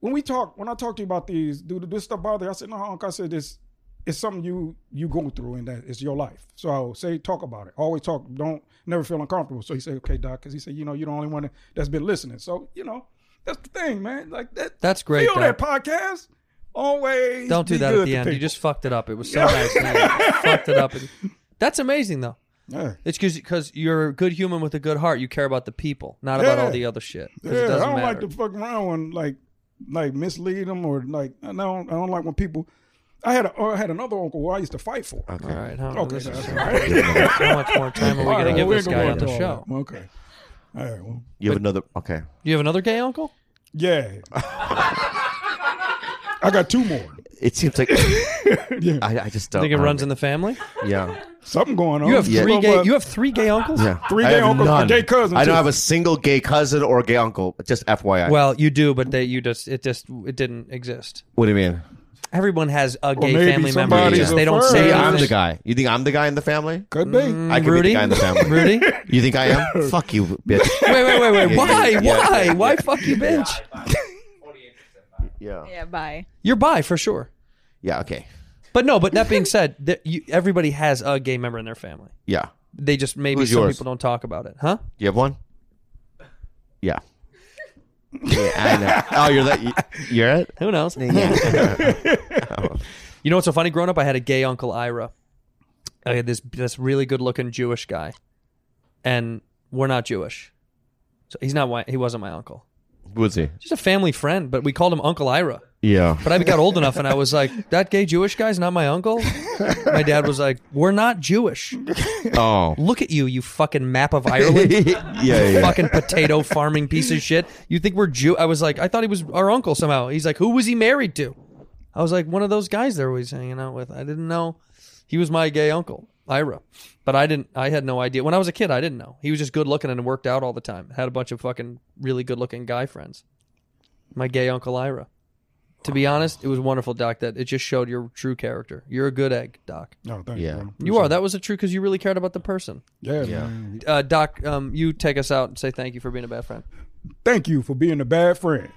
when we talk, when I talk to you about these, do this stuff bother you? I said, No, Unc, I said this it's something you you go through and that it's your life. So I will say talk about it. Always talk. Don't never feel uncomfortable. So he said, Okay, Doc, because he said, you know, you're the only one that's been listening. So, you know, that's the thing, man. Like that That's great, Feel that podcast. Always Don't do be that good at the to end. You people. just fucked it up. It was so nice. and you fucked it up. And- that's amazing, though. yeah. It's because you're a good human with a good heart. You care about the people, not about all Yeah. the other shit. 'Cause Yeah, it I doesn't don't like matter. to fuck around when like like mislead them or like I don't I don't like when people. I had a, I had another uncle who I used to fight for. all right, how, Okay, this is- that's all how much more time are we All going to right, give well, this we ain't guy gonna on the go into all show? that. Okay. All right. Well, You have another. Okay. You have another gay uncle? yeah. I got two more. It seems like I, I just don't. Think it I don't runs know. in the family? Yeah. Something going on. You have Yeah. three Well, gay. well- You have three gay uncles. Yeah. Three I gay have uncles, none. gay cousins, I don't too. have a single gay cousin or gay uncle. Just FYI. Well, you do, but they, you just it just it didn't exist. what do you mean? Everyone has a Well, gay maybe family member. They somebody's just- They don't a say furry. I'm the anything. guy. You think I'm the guy in the family? Could be. Mm-hmm. I could be Rudy? the guy in the family. Rudy? You think I am? Fuck you, bitch. Wait, wait, wait, wait. Yeah, Why? yeah, Why? yeah, Why yeah. fuck you, bitch? Yeah. Yeah, bye. You're bi for sure. Yeah. Okay. But no, but that being said, that you, everybody has a gay member in their family. Yeah. They just maybe Who's some yours? people don't talk about it, huh? You have one? Yeah. yeah I know. Oh, you're that. You're it. Who knows? you know what's so funny? Growing up, I had a gay uncle Ira. I had this this really good looking Jewish guy, and we're not Jewish, so he's not. why- He wasn't my uncle. Who's he? Just a family friend, but we called him Uncle Ira. Yeah. But I got old enough, and I was like, "That gay Jewish guy's not my uncle." My dad was like, "We're not Jewish. Oh. Look at you, you fucking map of Ireland." yeah. yeah. fucking potato farming piece of shit. You think we're Jew? I was like, I thought he was our uncle somehow. He's like, who was he married to? I was like, one of those guys they're always hanging out with. I didn't know he was my gay uncle, Ira. But I didn't. I had no idea. When I was a kid, I didn't know he was just good looking and worked out all the time. Had a bunch of fucking really good looking guy friends. My gay uncle Ira. To be honest, it was wonderful, Doc. That it just showed your true character. You're a good egg, Doc. No, thank Yeah. you. You are. That was a true because you really cared about the person. Yeah, Yeah. man. Uh, Doc, um, you take us out and say thank you for being a bad friend. Thank you for being a bad friend.